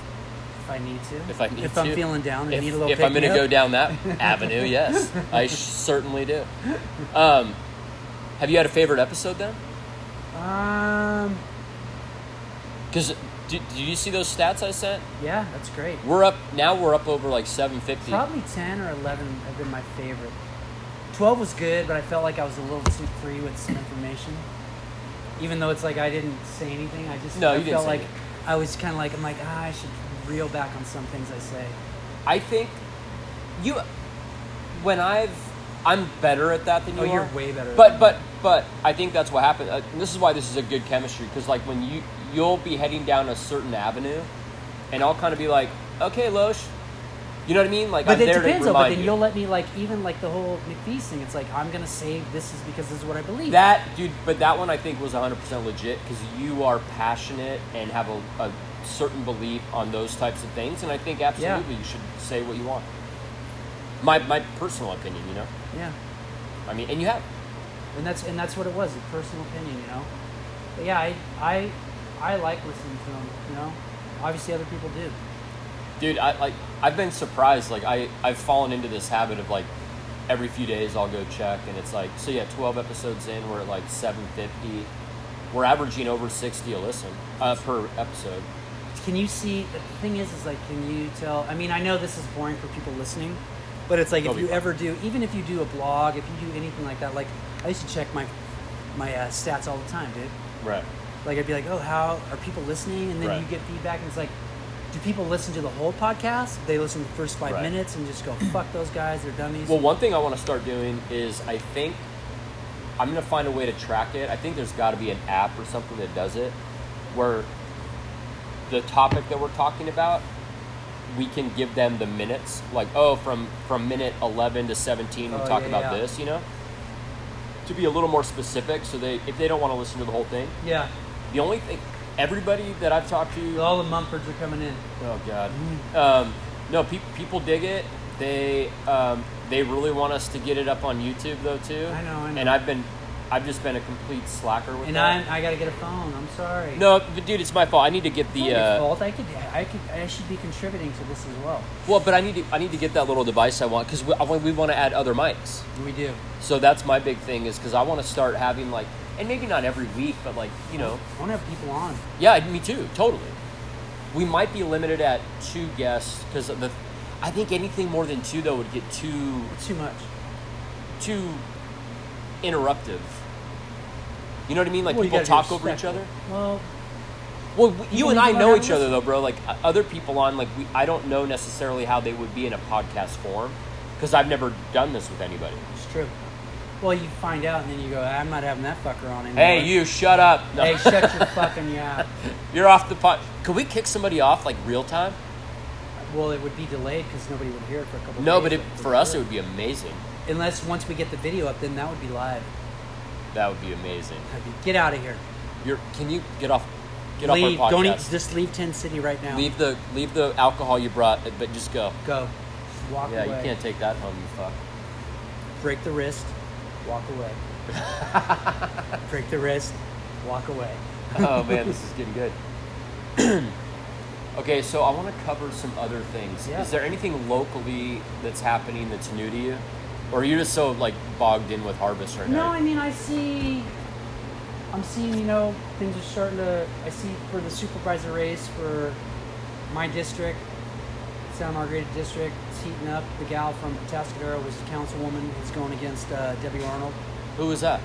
[SPEAKER 2] if I need to?
[SPEAKER 1] If I need
[SPEAKER 2] if
[SPEAKER 1] to.
[SPEAKER 2] I'm feeling down, and
[SPEAKER 1] if,
[SPEAKER 2] need a little.
[SPEAKER 1] if I'm
[SPEAKER 2] pick
[SPEAKER 1] going
[SPEAKER 2] me
[SPEAKER 1] to go
[SPEAKER 2] up.
[SPEAKER 1] down
[SPEAKER 2] <laughs>
[SPEAKER 1] that avenue, yes, I sh- certainly do. Um, have you had a favorite episode then?
[SPEAKER 2] Um,
[SPEAKER 1] Because did, did you see those stats I sent?
[SPEAKER 2] yeah, that's great.
[SPEAKER 1] We're up now. We're up over like seven fifty.
[SPEAKER 2] Probably 10 or 11 have been my favorite. 12 was good, but I felt like I was a little too free with some information. Even though it's like I didn't say anything, I just
[SPEAKER 1] No,
[SPEAKER 2] I
[SPEAKER 1] you didn't
[SPEAKER 2] felt
[SPEAKER 1] say
[SPEAKER 2] like
[SPEAKER 1] anything.
[SPEAKER 2] I was kind of like, I'm like, ah, I should reel back on some things I say.
[SPEAKER 1] I think you. When I've, I'm better at that than
[SPEAKER 2] Oh,
[SPEAKER 1] you
[SPEAKER 2] you're
[SPEAKER 1] are.
[SPEAKER 2] way better at
[SPEAKER 1] But
[SPEAKER 2] that.
[SPEAKER 1] but but I think that's what happened. Uh, this is why this is a good chemistry because like when you you'll be heading down a certain avenue, and I'll kind of be like, okay, Loesch, you know what I mean? Like
[SPEAKER 2] But
[SPEAKER 1] I'm
[SPEAKER 2] it
[SPEAKER 1] there
[SPEAKER 2] depends,
[SPEAKER 1] to
[SPEAKER 2] though. But
[SPEAKER 1] remind
[SPEAKER 2] then
[SPEAKER 1] you.
[SPEAKER 2] you'll let me, like, even like the whole McPhee thing, it's like, I'm going to say this is because this is what I believe.
[SPEAKER 1] That dude, but that one I think was 100% legit because you are passionate and have a, a certain belief on those types of things, and I think absolutely you should say what you want. My my personal opinion, you know.
[SPEAKER 2] Yeah.
[SPEAKER 1] I mean, and you have.
[SPEAKER 2] and that's and that's what it was a personal opinion you know but yeah i i i like listening to them you know obviously other people do
[SPEAKER 1] dude i like i've been surprised like i i've fallen into this habit of like every few days i'll go check and it's like so yeah 12 episodes in we're at like 750 we're averaging over 60 a listen uh, per episode
[SPEAKER 2] can you see the thing is is like can you tell i mean i know this is boring for people listening But it's like
[SPEAKER 1] That'll be
[SPEAKER 2] if you
[SPEAKER 1] fun.
[SPEAKER 2] ever do, even if you do a blog, if you do anything like that, like I used to check my my uh, stats all the time, dude.
[SPEAKER 1] Right.
[SPEAKER 2] Like I'd be like, oh, how are people listening? And then
[SPEAKER 1] Right.
[SPEAKER 2] you get feedback, and it's like, do people listen to the whole podcast? They listen to the first five
[SPEAKER 1] Right.
[SPEAKER 2] minutes and
[SPEAKER 1] <clears throat>
[SPEAKER 2] just go, fuck those guys, they're dummies.
[SPEAKER 1] Well, one thing I want to start doing is I think I'm going to find a way to track it. I think there's got to be an app or something that does it where the topic that we're talking about we can give them the minutes like oh from from minute 11 to 17 we
[SPEAKER 2] Oh,
[SPEAKER 1] talk
[SPEAKER 2] yeah,
[SPEAKER 1] about
[SPEAKER 2] yeah.
[SPEAKER 1] this you know to be a little more specific so they if they don't want to listen to the whole thing
[SPEAKER 2] yeah,
[SPEAKER 1] the only thing everybody that i've talked to
[SPEAKER 2] all the Mumfords are coming in.
[SPEAKER 1] Oh God. Um, no, pe- people dig it. They um, they really want us to get it up on YouTube though too.
[SPEAKER 2] I know, I know.
[SPEAKER 1] And I've been, I've just been a complete slacker with
[SPEAKER 2] And
[SPEAKER 1] that.
[SPEAKER 2] I, I gotta get a phone. I'm sorry.
[SPEAKER 1] no, but dude, it's my fault. I need to get
[SPEAKER 2] It's not
[SPEAKER 1] the.
[SPEAKER 2] your
[SPEAKER 1] Uh,
[SPEAKER 2] fault. I could, I could, I should be contributing to this as well.
[SPEAKER 1] well, but I need to, I need to get that little device I want because we, I want- we want to add other mics.
[SPEAKER 2] We do.
[SPEAKER 1] So that's my big thing is because I want to start having like, and maybe not every week, but like you know,
[SPEAKER 2] I want to have people on.
[SPEAKER 1] Yeah, me too. Totally. We might be limited at two guests because the. I think anything more than two though would get too
[SPEAKER 2] It's too much.
[SPEAKER 1] too interruptive. You know what I mean? Like
[SPEAKER 2] Well, you
[SPEAKER 1] people
[SPEAKER 2] gotta be
[SPEAKER 1] talk over each
[SPEAKER 2] respectful.
[SPEAKER 1] other.
[SPEAKER 2] Well,
[SPEAKER 1] Well, w- you
[SPEAKER 2] can
[SPEAKER 1] and
[SPEAKER 2] leave
[SPEAKER 1] I
[SPEAKER 2] them
[SPEAKER 1] know
[SPEAKER 2] on
[SPEAKER 1] each
[SPEAKER 2] our
[SPEAKER 1] other
[SPEAKER 2] list.
[SPEAKER 1] though, bro. Like o- other people on, like we, I don't know necessarily how they would be in a podcast form because I've never done this with anybody.
[SPEAKER 2] it's true. Well, you find out, and then you go, "I'm not having that fucker on anymore."
[SPEAKER 1] Hey, you, shut up! No. <laughs>
[SPEAKER 2] Hey, shut your fucking yeah.
[SPEAKER 1] you're off the pot. Could we kick somebody off like real time?
[SPEAKER 2] Well, it would be delayed because nobody would hear it for a couple.
[SPEAKER 1] No,
[SPEAKER 2] days,
[SPEAKER 1] but it,
[SPEAKER 2] for
[SPEAKER 1] for us it
[SPEAKER 2] sure.
[SPEAKER 1] would be amazing.
[SPEAKER 2] unless once we get the video up, then that would be live.
[SPEAKER 1] That would be amazing.
[SPEAKER 2] I'd be, get out of here.
[SPEAKER 1] You're, can you get off? Get
[SPEAKER 2] leave.
[SPEAKER 1] off our podcast.
[SPEAKER 2] Don't eat, just leave Ten City right now.
[SPEAKER 1] leave the leave the alcohol you brought, but just go.
[SPEAKER 2] Go. Just walk
[SPEAKER 1] Yeah,
[SPEAKER 2] away.
[SPEAKER 1] you can't take that home, you fuck.
[SPEAKER 2] Break the wrist. Walk
[SPEAKER 1] <laughs>
[SPEAKER 2] away. Break the wrist. Walk away.
[SPEAKER 1] oh man, this is getting good. <clears throat> okay, so I want to cover some other things.
[SPEAKER 2] Yeah.
[SPEAKER 1] Is there anything locally that's happening that's new to you, or are you just so like bogged in with harvest right
[SPEAKER 2] No,
[SPEAKER 1] now?
[SPEAKER 2] I mean I see. I'm seeing you know things are starting to. I see for the supervisor race for my district, Santa Margarita district, it's heating up. The gal from Tascadero was the councilwoman who's going against uh, Debbie Arnold.
[SPEAKER 1] Who was that?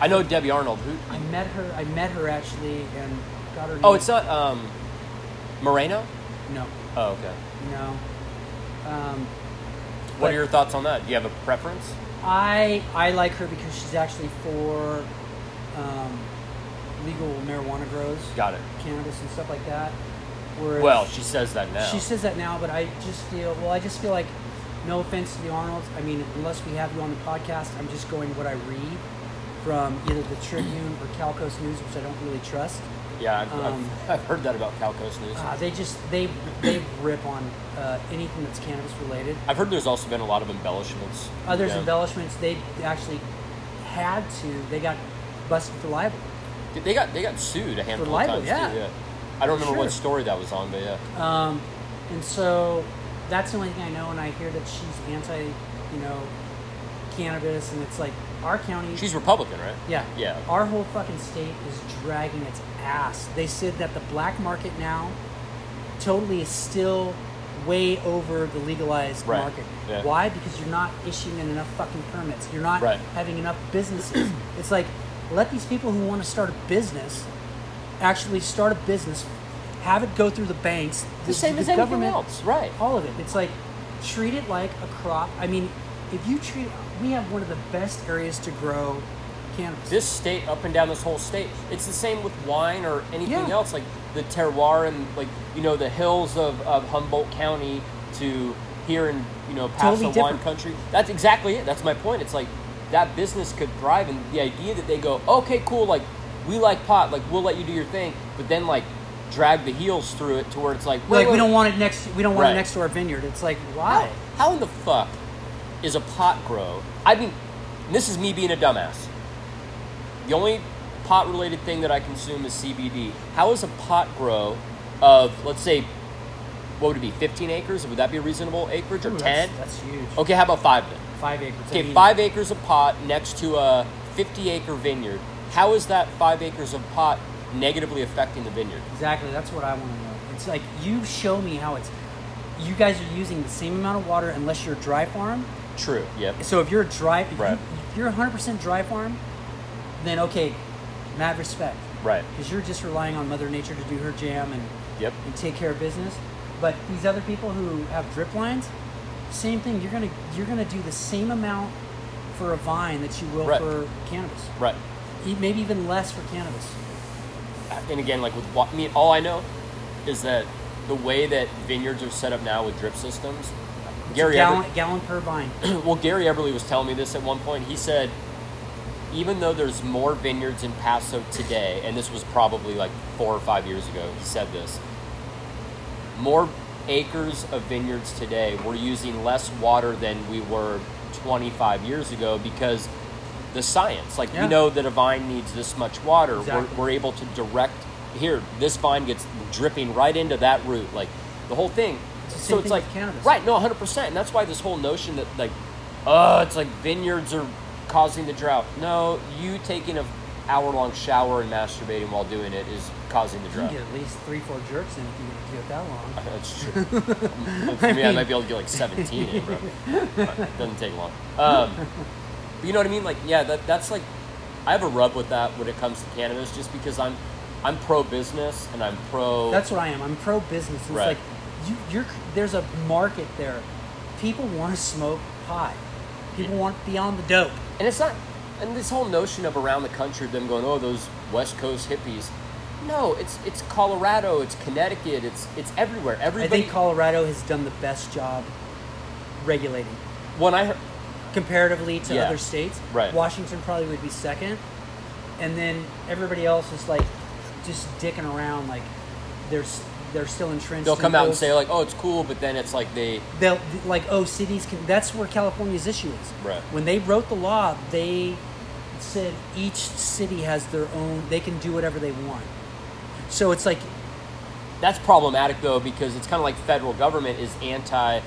[SPEAKER 1] I know Debbie Arnold. Who?
[SPEAKER 2] I met her. I met her actually and got her.
[SPEAKER 1] Oh,
[SPEAKER 2] name-
[SPEAKER 1] it's not um, Moreno.
[SPEAKER 2] no,
[SPEAKER 1] Oh, okay.
[SPEAKER 2] no. Um,
[SPEAKER 1] What
[SPEAKER 2] But-
[SPEAKER 1] are your thoughts on that? Do you have a preference?
[SPEAKER 2] I I like her because she's actually for um, legal marijuana grows.
[SPEAKER 1] Got it.
[SPEAKER 2] cannabis and stuff like that. Whereas
[SPEAKER 1] Well, she says that now.
[SPEAKER 2] she says that now, but I just feel well. I just feel like, no offense to the Arnolds. I mean, unless we have you on the podcast, I'm just going what I read from either the Tribune or Calcos News, which I don't really trust.
[SPEAKER 1] yeah, I've,
[SPEAKER 2] um,
[SPEAKER 1] <laughs> I've, I've heard that about Calco's news.
[SPEAKER 2] Uh, they just they they rip on uh, anything that's cannabis related.
[SPEAKER 1] I've heard there's also been a lot of embellishments.
[SPEAKER 2] Others
[SPEAKER 1] Yeah.
[SPEAKER 2] embellishments they actually had to. They got busted for libel.
[SPEAKER 1] Dude, They got they got sued a handful of
[SPEAKER 2] libel,
[SPEAKER 1] times
[SPEAKER 2] yeah.
[SPEAKER 1] too. Yeah, I don't remember
[SPEAKER 2] Sure.
[SPEAKER 1] what story that was on, but yeah,
[SPEAKER 2] Um, and so that's the only thing I know. And I hear that she's anti, you know, cannabis, and it's like our county.
[SPEAKER 1] she's Republican, right?
[SPEAKER 2] yeah,
[SPEAKER 1] Yeah.
[SPEAKER 2] Our whole fucking state is dragging its ass. They said that the black market now totally is still way over the legalized
[SPEAKER 1] Right.
[SPEAKER 2] market.
[SPEAKER 1] Yeah.
[SPEAKER 2] Why? Because you're not issuing enough fucking permits. You're not
[SPEAKER 1] Right.
[SPEAKER 2] having enough
[SPEAKER 1] <clears throat>
[SPEAKER 2] businesses. it's like let these people who want to start a business actually start a business, have it go through the banks,
[SPEAKER 1] The same as anything else, right?
[SPEAKER 2] all of it. It's like treat it like a crop. I mean, if you treat, we have one of the best areas to grow cannabis.
[SPEAKER 1] This state, up and down this whole state, it's the same with wine or anything
[SPEAKER 2] Yeah.
[SPEAKER 1] else. Like the terroir and like you know the hills of, of Humboldt County to here in you know Paso
[SPEAKER 2] Totally
[SPEAKER 1] wine
[SPEAKER 2] different.
[SPEAKER 1] country. That's exactly it. That's my point. It's like that business could thrive, and the idea that they go, okay, cool, like we like pot, like we'll let you do your thing, but then like drag the heels through it to where it's like,
[SPEAKER 2] like
[SPEAKER 1] wait,
[SPEAKER 2] we
[SPEAKER 1] wait,
[SPEAKER 2] don't want it next. We don't want
[SPEAKER 1] Right.
[SPEAKER 2] it next to our vineyard. It's like
[SPEAKER 1] How,
[SPEAKER 2] why?
[SPEAKER 1] how in the fuck is a pot grow? I mean, and this is me being a dumbass. The only pot related thing that I consume is CBD. How is a pot grow of, let's say, what would it be, 15 acres? Would that be a reasonable acreage or
[SPEAKER 2] Ooh,
[SPEAKER 1] 10?
[SPEAKER 2] that's, that's huge.
[SPEAKER 1] Okay, how about five then?
[SPEAKER 2] Five acres. I
[SPEAKER 1] Okay,
[SPEAKER 2] mean,
[SPEAKER 1] five acres of pot next to a 50 acre vineyard. How is that five acres of pot negatively affecting the vineyard?
[SPEAKER 2] Exactly. That's what I want to know. It's like you show me how it's. you guys are using the same amount of water unless you're a dry farm.
[SPEAKER 1] True. Yep.
[SPEAKER 2] So if you're a dry, if,
[SPEAKER 1] Right.
[SPEAKER 2] you, are 100% dry farm, then okay, mad respect.
[SPEAKER 1] Right.
[SPEAKER 2] Because you're just relying on Mother Nature to do her jam and,
[SPEAKER 1] Yep.
[SPEAKER 2] and take care of business. But these other people who have drip lines, same thing. You're gonna you're gonna do the same amount for a vine that you will
[SPEAKER 1] Right.
[SPEAKER 2] for cannabis.
[SPEAKER 1] Right.
[SPEAKER 2] E- Maybe even less for cannabis.
[SPEAKER 1] And again, like with wa- I mean, all I know is that the way that vineyards are set up now with drip systems,
[SPEAKER 2] It's
[SPEAKER 1] Gary
[SPEAKER 2] a gallon,
[SPEAKER 1] Ever-
[SPEAKER 2] gallon per vine.
[SPEAKER 1] <clears throat> well, Gary Eberly was telling me this at one point. He said, even though there's more vineyards in Paso today, and this was probably like four or five years ago, he said this more acres of vineyards today, we're using less water than we were 25 years ago because the science, like
[SPEAKER 2] Yeah.
[SPEAKER 1] we know that a vine needs this much water,
[SPEAKER 2] Exactly.
[SPEAKER 1] we're, we're able to direct here, this vine gets dripping right into that root, like the whole thing.
[SPEAKER 2] the
[SPEAKER 1] so
[SPEAKER 2] same
[SPEAKER 1] it's
[SPEAKER 2] thing
[SPEAKER 1] like,
[SPEAKER 2] with cannabis.
[SPEAKER 1] right, no, 100%. And that's why this whole notion that, like, oh, it's like vineyards are causing the drought. No, you taking a hour long shower and masturbating while doing it is causing the
[SPEAKER 2] You
[SPEAKER 1] drought.
[SPEAKER 2] can get at least three, four jerks in if you do it that
[SPEAKER 1] Uh,
[SPEAKER 2] long.
[SPEAKER 1] <laughs> That's
[SPEAKER 2] <laughs>
[SPEAKER 1] true. For me, I might be able to get like 17 in, bro. Doesn't take long. Um, but you know what I mean? Like, yeah, that, that's like, I have a rub with that when it comes to cannabis, just because I'm, I'm pro business and I'm pro.
[SPEAKER 2] That's what I am. I'm pro business. It's
[SPEAKER 1] Right.
[SPEAKER 2] like you, you're there's a market there. People want to smoke pot. People want beyond the dope.
[SPEAKER 1] and it's not, and this whole notion of around the country of them going, oh, those West Coast hippies. No, it's it's Colorado, it's Connecticut, it's it's everywhere.
[SPEAKER 2] I
[SPEAKER 1] Everybody.
[SPEAKER 2] think Colorado has done the best job regulating
[SPEAKER 1] when I heard,
[SPEAKER 2] comparatively to
[SPEAKER 1] Yeah.
[SPEAKER 2] other states.
[SPEAKER 1] Right.
[SPEAKER 2] Washington probably would be second, and then everybody else is like just dicking around. Like there's they're still entrenched.
[SPEAKER 1] they'll
[SPEAKER 2] in
[SPEAKER 1] come out and
[SPEAKER 2] those-
[SPEAKER 1] say like, oh, it's cool, but then it's like they
[SPEAKER 2] they'll like oh cities can that's where california's issue is
[SPEAKER 1] Right.
[SPEAKER 2] when they wrote the law they said each city has their own they can do whatever they want so it's like
[SPEAKER 1] that's problematic though because it's kind of like federal government is anti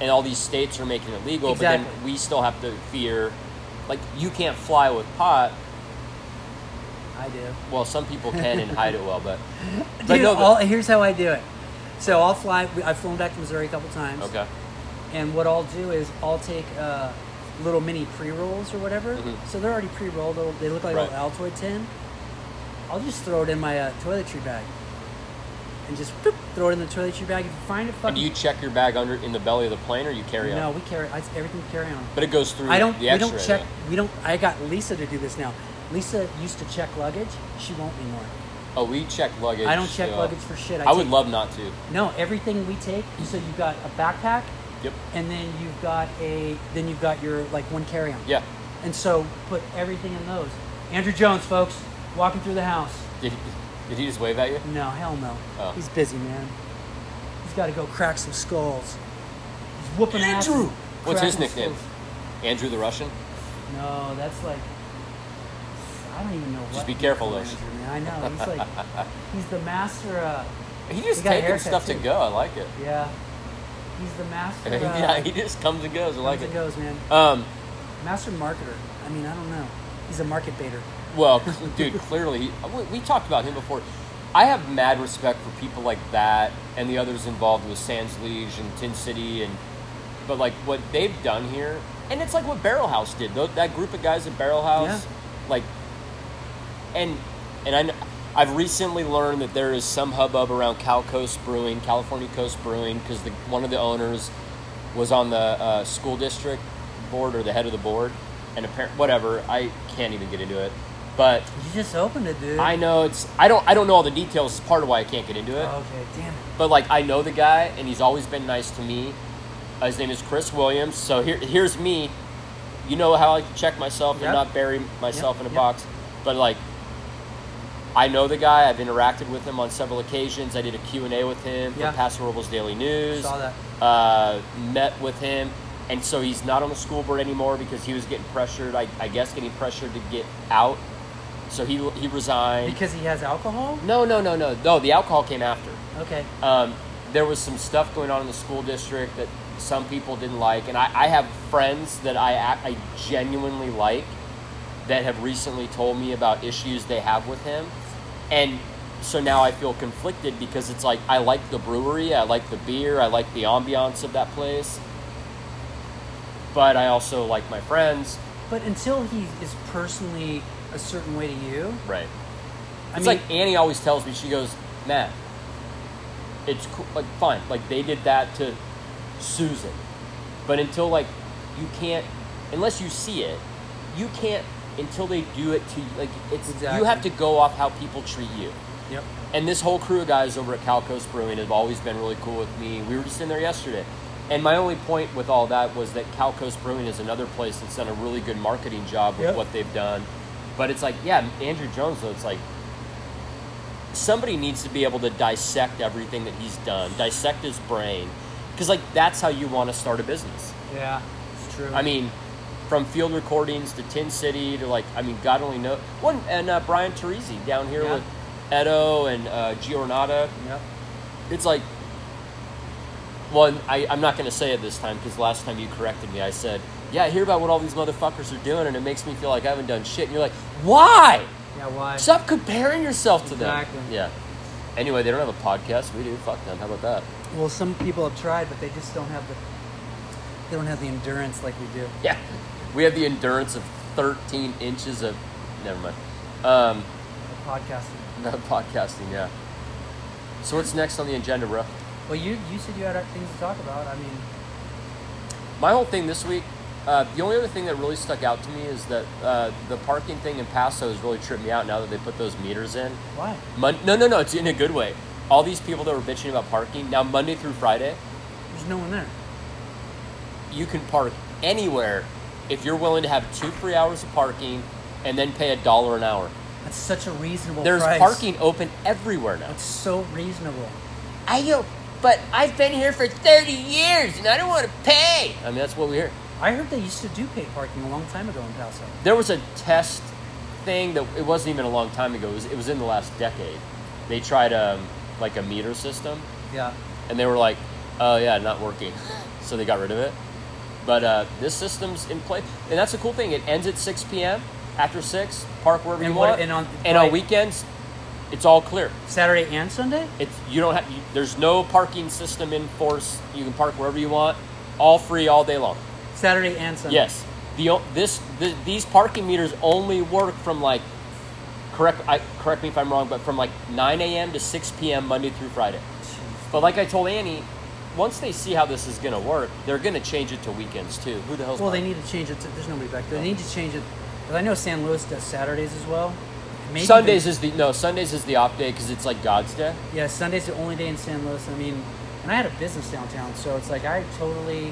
[SPEAKER 1] and all these states are making it legal but then
[SPEAKER 2] Exactly.
[SPEAKER 1] we still have to fear like you can't fly with pot
[SPEAKER 2] i do
[SPEAKER 1] well some people can and hide it well but
[SPEAKER 2] <laughs> Dude,
[SPEAKER 1] But no, but-
[SPEAKER 2] I'll- here's how i do it so i'll fly i've flown back to missouri a couple times
[SPEAKER 1] okay
[SPEAKER 2] and what i'll do is i'll take uh, little mini pre-rolls or whatever so they're already pre-rolled They'll- they look like
[SPEAKER 1] Mm-hmm. Right.
[SPEAKER 2] an altoid tin i'll just throw it in my uh, toiletry bag and just boop, throw it in the toiletry bag if you find it
[SPEAKER 1] and
[SPEAKER 2] fucking
[SPEAKER 1] do you check your bag under in the belly of the plane or you carry
[SPEAKER 2] No,
[SPEAKER 1] on
[SPEAKER 2] we carry I, everything we carry on.
[SPEAKER 1] but it goes through
[SPEAKER 2] I don't.
[SPEAKER 1] the
[SPEAKER 2] We
[SPEAKER 1] x-ray
[SPEAKER 2] don't check.
[SPEAKER 1] though.
[SPEAKER 2] We don't. I got Lisa to do this now. Lisa used to check luggage. She won't anymore.
[SPEAKER 1] oh we check luggage
[SPEAKER 2] I don't check
[SPEAKER 1] yeah.
[SPEAKER 2] luggage for shit. I,
[SPEAKER 1] uh, i would
[SPEAKER 2] take-
[SPEAKER 1] love not to
[SPEAKER 2] No, everything we take. So you've got a backpack,
[SPEAKER 1] yep
[SPEAKER 2] and then you've got a. Then you've got your like one carry on.
[SPEAKER 1] yeah
[SPEAKER 2] And so put everything in those. Andrew Jones, folks, walking through the house.
[SPEAKER 1] did he, did he just wave at you
[SPEAKER 2] No, hell no.
[SPEAKER 1] Oh.
[SPEAKER 2] He's busy, man. He's got to go crack some skulls. He's whooping ass and
[SPEAKER 1] what's his
[SPEAKER 2] cracking
[SPEAKER 1] nickname
[SPEAKER 2] skulls.
[SPEAKER 1] andrew the russian
[SPEAKER 2] No, that's like I don't even know.
[SPEAKER 1] Just
[SPEAKER 2] what
[SPEAKER 1] be careful,
[SPEAKER 2] he
[SPEAKER 1] Lush.
[SPEAKER 2] is, man. I know he's
[SPEAKER 1] <laughs>
[SPEAKER 2] like he's the master. Uh,
[SPEAKER 1] he just
[SPEAKER 2] got a
[SPEAKER 1] taking
[SPEAKER 2] haircut,
[SPEAKER 1] stuff to
[SPEAKER 2] too.
[SPEAKER 1] go i like it
[SPEAKER 2] yeah, he's the master. Uh,
[SPEAKER 1] <laughs> yeah he just comes and goes i like
[SPEAKER 2] comes
[SPEAKER 1] it
[SPEAKER 2] and goes, man.
[SPEAKER 1] Um,
[SPEAKER 2] Master marketer. I mean, I don't know. He's a market baiter.
[SPEAKER 1] well, cl- dude, clearly, we- we talked about him before. I have mad respect for people like that and the others involved with Sands Liege and Tin City, and but like what they've done here, and it's like what Barrel House did. Tho- that group of guys at Barrel House, like, and and I, kn- I've recently learned that there is some hubbub around Cal Coast Brewing, California Coast Brewing, because the one of the owners was on the uh, school district board or the head of the board, and apparent whatever. I can't even get into it, but
[SPEAKER 2] You just opened it, dude.
[SPEAKER 1] I know it's. I don't. I don't know all the details. It's part of why I can't get into it.
[SPEAKER 2] Okay, damn it.
[SPEAKER 1] But like, I know the guy, and he's always been nice to me. Uh, his name is Chris Williams. So here, here's me. You know how I like to check myself
[SPEAKER 2] Yep.
[SPEAKER 1] and not bury myself
[SPEAKER 2] Yep,
[SPEAKER 1] in a
[SPEAKER 2] yep.
[SPEAKER 1] box. But like, I know the guy. I've interacted with him on several occasions. I did a Q and A with him for
[SPEAKER 2] Yeah.
[SPEAKER 1] Paso Robles Daily News.
[SPEAKER 2] Saw that.
[SPEAKER 1] Uh, met with him, and so he's not on the school board anymore because he was getting pressured. I, I guess getting pressured to get out. So he he resigned.
[SPEAKER 2] Because he has alcohol.
[SPEAKER 1] No, no, no, no. No, the alcohol came after.
[SPEAKER 2] Okay.
[SPEAKER 1] Um, there was some stuff going on in the school district that some people didn't like, and I, I have friends that I, ac- I genuinely like that have recently told me about issues they have with him, and so now I feel conflicted because it's like I like the brewery, I like the beer, I like the ambiance of that place, but I also like my friends.
[SPEAKER 2] But until he is personally a certain way to you,
[SPEAKER 1] Right.
[SPEAKER 2] I
[SPEAKER 1] it's
[SPEAKER 2] mean,
[SPEAKER 1] like Annie always tells me. She goes, Matt, it's cool. Like fine. Like they did that to Susan, but until like you can't, unless you see it, you can't until they do it to you. Like it's you
[SPEAKER 2] Exactly.
[SPEAKER 1] have to go off how people treat you.
[SPEAKER 2] yep.
[SPEAKER 1] And this whole crew of guys over at Calco's Brewing have always been really cool with me. We were just in there yesterday. And my only point with all that was that Calco's Brewing is another place that's done a really good marketing job with
[SPEAKER 2] Yep.
[SPEAKER 1] what they've done. But it's like, yeah, Andrew Jones, though, it's like somebody needs to be able to dissect everything that he's done, dissect his brain. Because, like, that's how you want to start a business.
[SPEAKER 2] Yeah, it's true.
[SPEAKER 1] I mean, from field recordings to Tin City to like, I mean, God only knows. One and uh, Brian Teresi down here
[SPEAKER 2] Yeah.
[SPEAKER 1] with Edo and uh, Giornata.
[SPEAKER 2] yep.
[SPEAKER 1] It's like, well, and I, I'm not going to say it this time because last time you corrected me, I said, yeah, I hear about what all these motherfuckers are doing, and it makes me feel like I haven't done shit. And you're like, why?
[SPEAKER 2] Yeah, why?
[SPEAKER 1] Stop comparing yourself to
[SPEAKER 2] Exactly.
[SPEAKER 1] them. Yeah. Anyway, they don't have a podcast. We do. Fuck them. How about that?
[SPEAKER 2] well, some people have tried, but they just don't have the they don't have the endurance like we do.
[SPEAKER 1] Yeah. We have the endurance of 13 inches of. Never mind. Um,
[SPEAKER 2] of Podcasting.
[SPEAKER 1] Not podcasting, yeah. So what's next on the agenda, bro?
[SPEAKER 2] Well, you you said you had things to talk about. I mean,
[SPEAKER 1] My whole thing this week, uh, the only other thing that really stuck out to me is that uh, the parking thing in Paso has really tripped me out now that they put those meters in.
[SPEAKER 2] why?
[SPEAKER 1] Mon- no, no, no, it's in a good way. All these people that were bitching about parking, now Monday through Friday,
[SPEAKER 2] There's no one there.
[SPEAKER 1] you can park anywhere if you're willing to have two free hours of parking and then pay a dollar an hour.
[SPEAKER 2] That's such a reasonable.
[SPEAKER 1] There's
[SPEAKER 2] price.
[SPEAKER 1] parking open everywhere now.
[SPEAKER 2] That's so reasonable.
[SPEAKER 1] I go, but I've been here for 30 years and I don't want to pay. I mean, that's what we hear.
[SPEAKER 2] I heard they used to do paid parking a long time ago in Paso.
[SPEAKER 1] There was a test thing that it wasn't even a long time ago. It was, it was in the last decade. They tried um, like a meter system,
[SPEAKER 2] Yeah.
[SPEAKER 1] and they were like, "Oh yeah, not working," <laughs> so they got rid of it. But uh, this system's in place, and that's the cool thing. It ends at six p.m. After six, park wherever
[SPEAKER 2] And
[SPEAKER 1] you
[SPEAKER 2] what-
[SPEAKER 1] want,
[SPEAKER 2] and on-
[SPEAKER 1] and
[SPEAKER 2] right.
[SPEAKER 1] on weekends, it's all clear.
[SPEAKER 2] Saturday and Sunday.
[SPEAKER 1] It's you don't have you, there's no parking system in force. You can park wherever you want, all free all day long.
[SPEAKER 2] Saturday and Sunday.
[SPEAKER 1] Yes. The o- this the, these parking meters only work from like correct I, correct me if I'm wrong, but from like 9 a.m. to 6 p.m. Monday through Friday. But like I told Annie, once they see how this is gonna work, they're gonna change it to weekends too. Who the hell's
[SPEAKER 2] Well, they
[SPEAKER 1] buying?
[SPEAKER 2] need to change it. To, there's nobody back there. They need to change it. Because I know San Luis does Saturdays as well. Maybe
[SPEAKER 1] Sundays
[SPEAKER 2] they-
[SPEAKER 1] is the no Sundays is the off day because it's like God's day.
[SPEAKER 2] yeah, Sunday's the only day in San Luis. I mean, and I had a business downtown, so it's like I totally.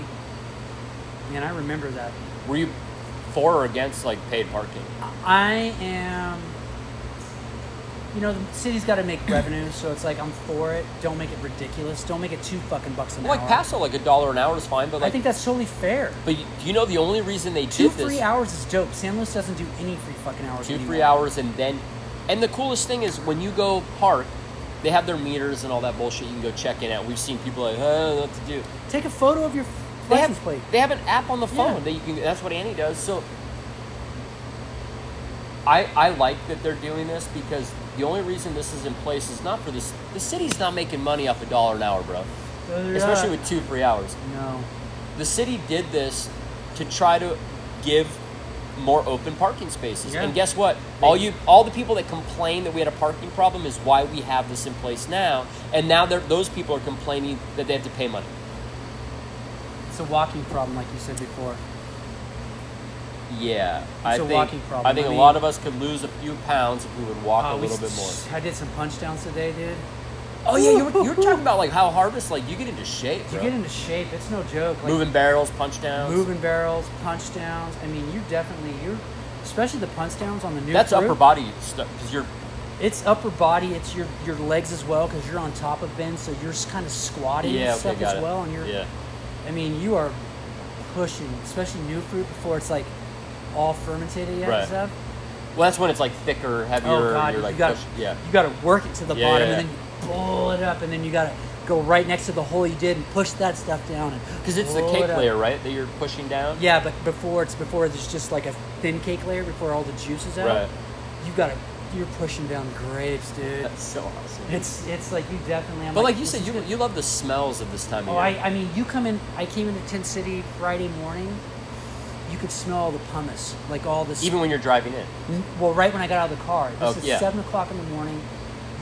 [SPEAKER 2] Man, I remember that.
[SPEAKER 1] Were you for or against like paid parking?
[SPEAKER 2] I am. You know, the city's got to make revenue, so it's like I'm for it. Don't make it ridiculous. Don't make it two fucking bucks an
[SPEAKER 1] Well, like
[SPEAKER 2] hour.
[SPEAKER 1] Paso, like a dollar an hour is fine, but
[SPEAKER 2] Uh, I
[SPEAKER 1] like
[SPEAKER 2] think that's totally fair.
[SPEAKER 1] But you, do you know the only reason they
[SPEAKER 2] Two
[SPEAKER 1] did
[SPEAKER 2] free
[SPEAKER 1] this?
[SPEAKER 2] hours is dope. San Luis doesn't do any free fucking hours.
[SPEAKER 1] two
[SPEAKER 2] anymore.
[SPEAKER 1] free hours, and then, and the coolest thing is when you go park, they have their meters and all that bullshit. You can go check in at. We've seen people like, oh, what to do.
[SPEAKER 2] Take a photo of your
[SPEAKER 1] They
[SPEAKER 2] license
[SPEAKER 1] have
[SPEAKER 2] plate.
[SPEAKER 1] they have an app on the phone
[SPEAKER 2] Yeah.
[SPEAKER 1] that you can. That's what Annie does. So, I I like that they're doing this because the only reason this is in place is not for this. The city's not making money off a dollar an hour, bro. Especially with two free hours.
[SPEAKER 2] no.
[SPEAKER 1] the city did this to try to give more open parking spaces.
[SPEAKER 2] Yeah.
[SPEAKER 1] And guess what? All you, all the people that complained that we had a parking problem is why we have this in place now. And now they're- those people are complaining that they have to pay money.
[SPEAKER 2] It's a walking problem, like you said before.
[SPEAKER 1] Yeah, I
[SPEAKER 2] a
[SPEAKER 1] think
[SPEAKER 2] walking problem.
[SPEAKER 1] I think
[SPEAKER 2] I
[SPEAKER 1] a
[SPEAKER 2] mean-
[SPEAKER 1] lot of us could lose a few pounds if we would walk
[SPEAKER 2] Oh,
[SPEAKER 1] a
[SPEAKER 2] we
[SPEAKER 1] little bit
[SPEAKER 2] s-
[SPEAKER 1] more.
[SPEAKER 2] I did some punch downs today, dude.
[SPEAKER 1] Oh yeah, you were, you were talking about like how harvest like you get into shape.
[SPEAKER 2] You
[SPEAKER 1] bro.
[SPEAKER 2] get into shape. It's no joke. Like,
[SPEAKER 1] moving barrels, punch downs.
[SPEAKER 2] moving barrels, punch downs. I mean, you definitely you're, especially the punch downs on the new.
[SPEAKER 1] That's
[SPEAKER 2] crew,
[SPEAKER 1] upper body stuff because you're
[SPEAKER 2] It's upper body. It's your your legs as well because you're on top of bends, so you're kind of squatting
[SPEAKER 1] yeah
[SPEAKER 2] and
[SPEAKER 1] okay,
[SPEAKER 2] stuff
[SPEAKER 1] got it.
[SPEAKER 2] as well. And you're,
[SPEAKER 1] yeah.
[SPEAKER 2] I mean, you are pushing, especially new fruit before it's like all fermented yet
[SPEAKER 1] Right.
[SPEAKER 2] and stuff.
[SPEAKER 1] Well, that's when it's like thicker, heavier.
[SPEAKER 2] Oh god,
[SPEAKER 1] you're
[SPEAKER 2] you
[SPEAKER 1] like
[SPEAKER 2] gotta
[SPEAKER 1] push- yeah.
[SPEAKER 2] you gotta work it to the
[SPEAKER 1] Yeah,
[SPEAKER 2] bottom
[SPEAKER 1] yeah,
[SPEAKER 2] and then you pull it up and then you gotta go right next to the hole you did and push that stuff down and
[SPEAKER 1] Because it's the
[SPEAKER 2] pull
[SPEAKER 1] cake
[SPEAKER 2] it up.
[SPEAKER 1] layer, right? That you're pushing down.
[SPEAKER 2] Yeah, but before it's before there's just like a thin cake layer before all the juice is out.
[SPEAKER 1] Right.
[SPEAKER 2] You gotta you're pushing down grapes, dude.
[SPEAKER 1] That's so awesome.
[SPEAKER 2] It's it's like you definitely. I'm
[SPEAKER 1] but like you
[SPEAKER 2] this
[SPEAKER 1] said,
[SPEAKER 2] is
[SPEAKER 1] you
[SPEAKER 2] good.
[SPEAKER 1] you love the smells of this time of
[SPEAKER 2] Oh,
[SPEAKER 1] year.
[SPEAKER 2] I, I mean, you come in. I came into Tin City Friday morning. You could smell all the pumice, like all the.
[SPEAKER 1] Even when you're driving in.
[SPEAKER 2] well, right when I got out of the car, this
[SPEAKER 1] Oh,
[SPEAKER 2] is
[SPEAKER 1] yeah.
[SPEAKER 2] seven o'clock in the morning.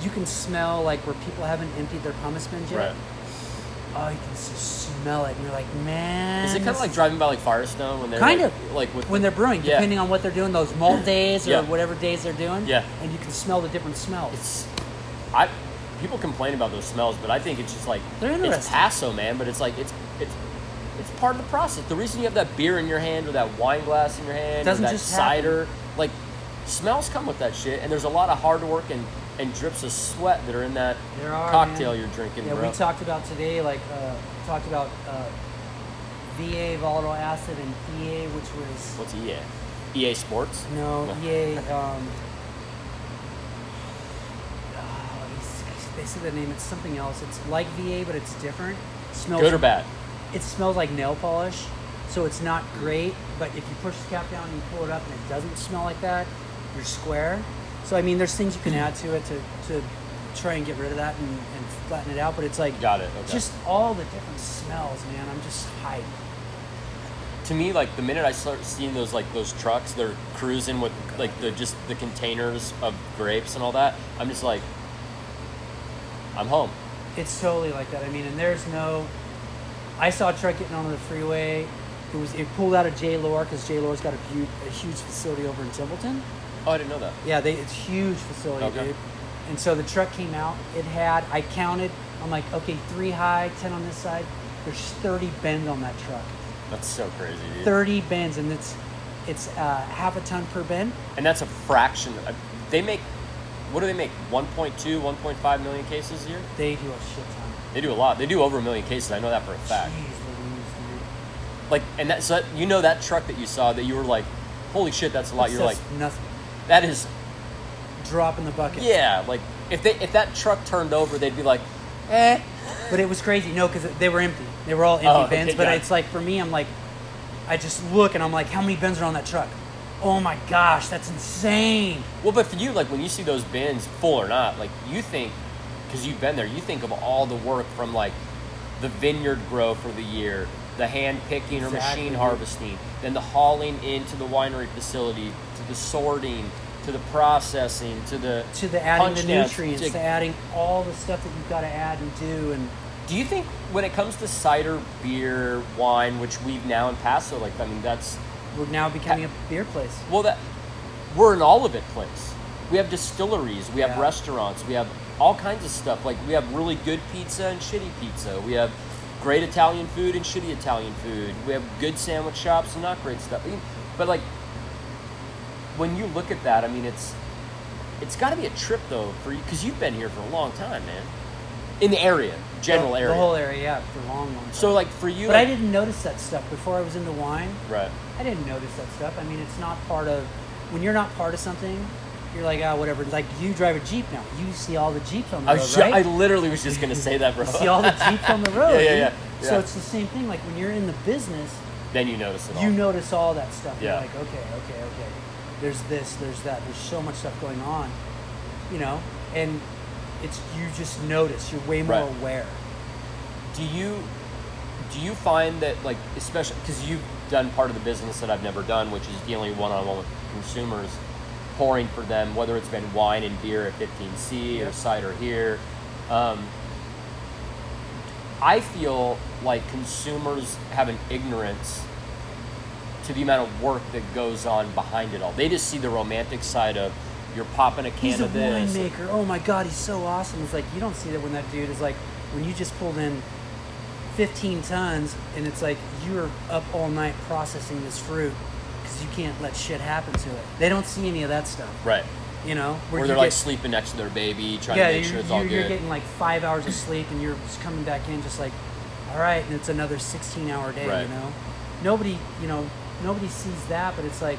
[SPEAKER 2] You can smell like where people haven't emptied their pumice bins yet. Oh, you can just smell it, and you're like, man.
[SPEAKER 1] Is it kind of
[SPEAKER 2] this
[SPEAKER 1] like driving by like Firestone when they're
[SPEAKER 2] Kind
[SPEAKER 1] like,
[SPEAKER 2] of.
[SPEAKER 1] like with
[SPEAKER 2] when they're brewing,
[SPEAKER 1] Yeah.
[SPEAKER 2] depending on what they're doing, those
[SPEAKER 1] <clears throat>
[SPEAKER 2] malt days or
[SPEAKER 1] Yeah.
[SPEAKER 2] whatever days they're doing.
[SPEAKER 1] Yeah.
[SPEAKER 2] And you can smell the different smells.
[SPEAKER 1] It's I people complain about those smells, but I think it's just like
[SPEAKER 2] They're
[SPEAKER 1] it's
[SPEAKER 2] interesting.
[SPEAKER 1] paso, man. But it's like it's it's it's part of the process. The reason you have that beer in your hand or that wine glass in your hand
[SPEAKER 2] Doesn't
[SPEAKER 1] or that
[SPEAKER 2] just happen.
[SPEAKER 1] cider, like smells come with that shit. And there's a lot of hard work and and drips of sweat that are in that
[SPEAKER 2] There are,
[SPEAKER 1] cocktail
[SPEAKER 2] man.
[SPEAKER 1] you're drinking,
[SPEAKER 2] yeah,
[SPEAKER 1] bro.
[SPEAKER 2] we talked about today, like uh, we talked about uh, VA volatile acid and EA, which was
[SPEAKER 1] What's E EA? EA Sports.
[SPEAKER 2] no
[SPEAKER 1] Yeah.
[SPEAKER 2] EA. Um, oh, it's- it's basically the name. It's something else. It's like VA, but it's different. Smells
[SPEAKER 1] Good or bad?
[SPEAKER 2] It smells like nail polish, so it's not
[SPEAKER 1] Mm.
[SPEAKER 2] great. But if you push the cap down and you pull it up, and it doesn't smell like that, you're square. So I mean, there's things you can
[SPEAKER 1] Mm.
[SPEAKER 2] add to it to, to try and get rid of that and, and flatten it out. But it's like
[SPEAKER 1] Got it. Okay.
[SPEAKER 2] just all the different smells, man. I'm just hyped.
[SPEAKER 1] to me like the minute i start seeing those like those trucks they're cruising with like the just the containers of grapes and all that i'm just like i'm home
[SPEAKER 2] It's totally like that. I mean, and there's no. I saw a truck getting onto the freeway. It was it pulled out of J. Lore because J. Lore's got a, bu- a huge facility over in Templeton.
[SPEAKER 1] oh i didn't know that
[SPEAKER 2] Yeah, they, it's huge facility,
[SPEAKER 1] Okay.
[SPEAKER 2] dude. And so the truck came out. It had I counted. I'm like, okay, three high, ten on this side. There's 30 bends on that truck.
[SPEAKER 1] that's so crazy dude.
[SPEAKER 2] 30 bends, and it's it's uh, half a ton per bend.
[SPEAKER 1] and that's a fraction uh, they make what do they make 1.2 1.5 million cases a year
[SPEAKER 2] They do a shit ton.
[SPEAKER 1] they do a lot they do over a million cases i know that for a fact
[SPEAKER 2] Jeez Louise, dude.
[SPEAKER 1] like and that so that, you know that truck that you saw that you were like holy shit that's a lot you're like
[SPEAKER 2] That's nothing.
[SPEAKER 1] that is
[SPEAKER 2] Drop in the bucket.
[SPEAKER 1] yeah like if they if that truck turned over they'd be like eh
[SPEAKER 2] But it was crazy. No, because they were empty. They were all empty
[SPEAKER 1] Oh, okay,
[SPEAKER 2] bins. but
[SPEAKER 1] yeah.
[SPEAKER 2] it's like for me, I'm like, I just look and I'm like, how many bins are on that truck? Oh my gosh, that's insane.
[SPEAKER 1] Well, but for you, like when you see those bins full or not, like you think, because you've been there, you think of all the work from like the vineyard grow for the year, the hand picking or
[SPEAKER 2] Exactly,
[SPEAKER 1] machine
[SPEAKER 2] dude.
[SPEAKER 1] harvesting, then the hauling into the winery facility, to the sorting, to the processing, to the
[SPEAKER 2] to the adding
[SPEAKER 1] punch
[SPEAKER 2] the
[SPEAKER 1] downs,
[SPEAKER 2] nutrients,
[SPEAKER 1] to-
[SPEAKER 2] to adding all the stuff that you've got to add and do, and
[SPEAKER 1] Do you think when it comes to cider, beer, wine, which we've now in Paso, like I mean, that's
[SPEAKER 2] we're now becoming a beer place.
[SPEAKER 1] Well, that we're an all of it place. We have distilleries, we have
[SPEAKER 2] Yeah.
[SPEAKER 1] restaurants, we have all kinds of stuff. Like we have really good pizza and shitty pizza. We have great Italian food and shitty Italian food. We have good sandwich shops and not great stuff. I mean, But like when you look at that, I mean, it's it's got to be a trip though for you because you've been here for a long time, man. In the area, general
[SPEAKER 2] the,
[SPEAKER 1] area.
[SPEAKER 2] the whole area, yeah, for a long, long time.
[SPEAKER 1] so like for you,
[SPEAKER 2] but I
[SPEAKER 1] like-
[SPEAKER 2] didn't notice that stuff before I was into wine.
[SPEAKER 1] Right.
[SPEAKER 2] I didn't notice that stuff. I mean, it's not part of when you're not part of something. You're like, ah, whatever. Like you drive a jeep now. You see all the jeeps on the
[SPEAKER 1] I,
[SPEAKER 2] road,
[SPEAKER 1] was ju-
[SPEAKER 2] right?
[SPEAKER 1] I literally was
[SPEAKER 2] <laughs>
[SPEAKER 1] just gonna say that, bro.
[SPEAKER 2] You see all the jeeps on the
[SPEAKER 1] <laughs>
[SPEAKER 2] road.
[SPEAKER 1] Yeah, yeah,
[SPEAKER 2] dude.
[SPEAKER 1] yeah, yeah.
[SPEAKER 2] So it's the same thing. Like when you're in the business,
[SPEAKER 1] then you notice it. All.
[SPEAKER 2] you notice all that stuff.
[SPEAKER 1] Yeah.
[SPEAKER 2] You're like, okay, okay, okay. There's this, there's that, there's so much stuff going on, you know, and it's you just notice. You're way more
[SPEAKER 1] Right.
[SPEAKER 2] aware.
[SPEAKER 1] do you do you find that like especially because you've done part of the business that i've never done which is dealing one-on-one with consumers pouring for them whether it's been wine and beer at 15c or
[SPEAKER 2] Yep.
[SPEAKER 1] cider here um, i feel like consumers have an ignorance to the amount of work that goes on behind it all they just see the romantic side of you're popping a can
[SPEAKER 2] He's a
[SPEAKER 1] of this
[SPEAKER 2] winemaker. Oh my god, he's so awesome. It's like you don't see that when that dude is like when you just pulled in 15 tons and it's like you're up all night processing this fruit because you can't let shit happen to it. They don't see any of that stuff,
[SPEAKER 1] right
[SPEAKER 2] you know.
[SPEAKER 1] or
[SPEAKER 2] you
[SPEAKER 1] they're like
[SPEAKER 2] get-
[SPEAKER 1] sleeping next to their baby trying
[SPEAKER 2] yeah,
[SPEAKER 1] to make
[SPEAKER 2] you're,
[SPEAKER 1] sure it's all
[SPEAKER 2] you're,
[SPEAKER 1] good
[SPEAKER 2] you're getting like five hours of sleep, and you're just coming back in just like, all right, and it's another sixteen-hour day.
[SPEAKER 1] Right.
[SPEAKER 2] You know, nobody, you know, nobody sees that, but it's like,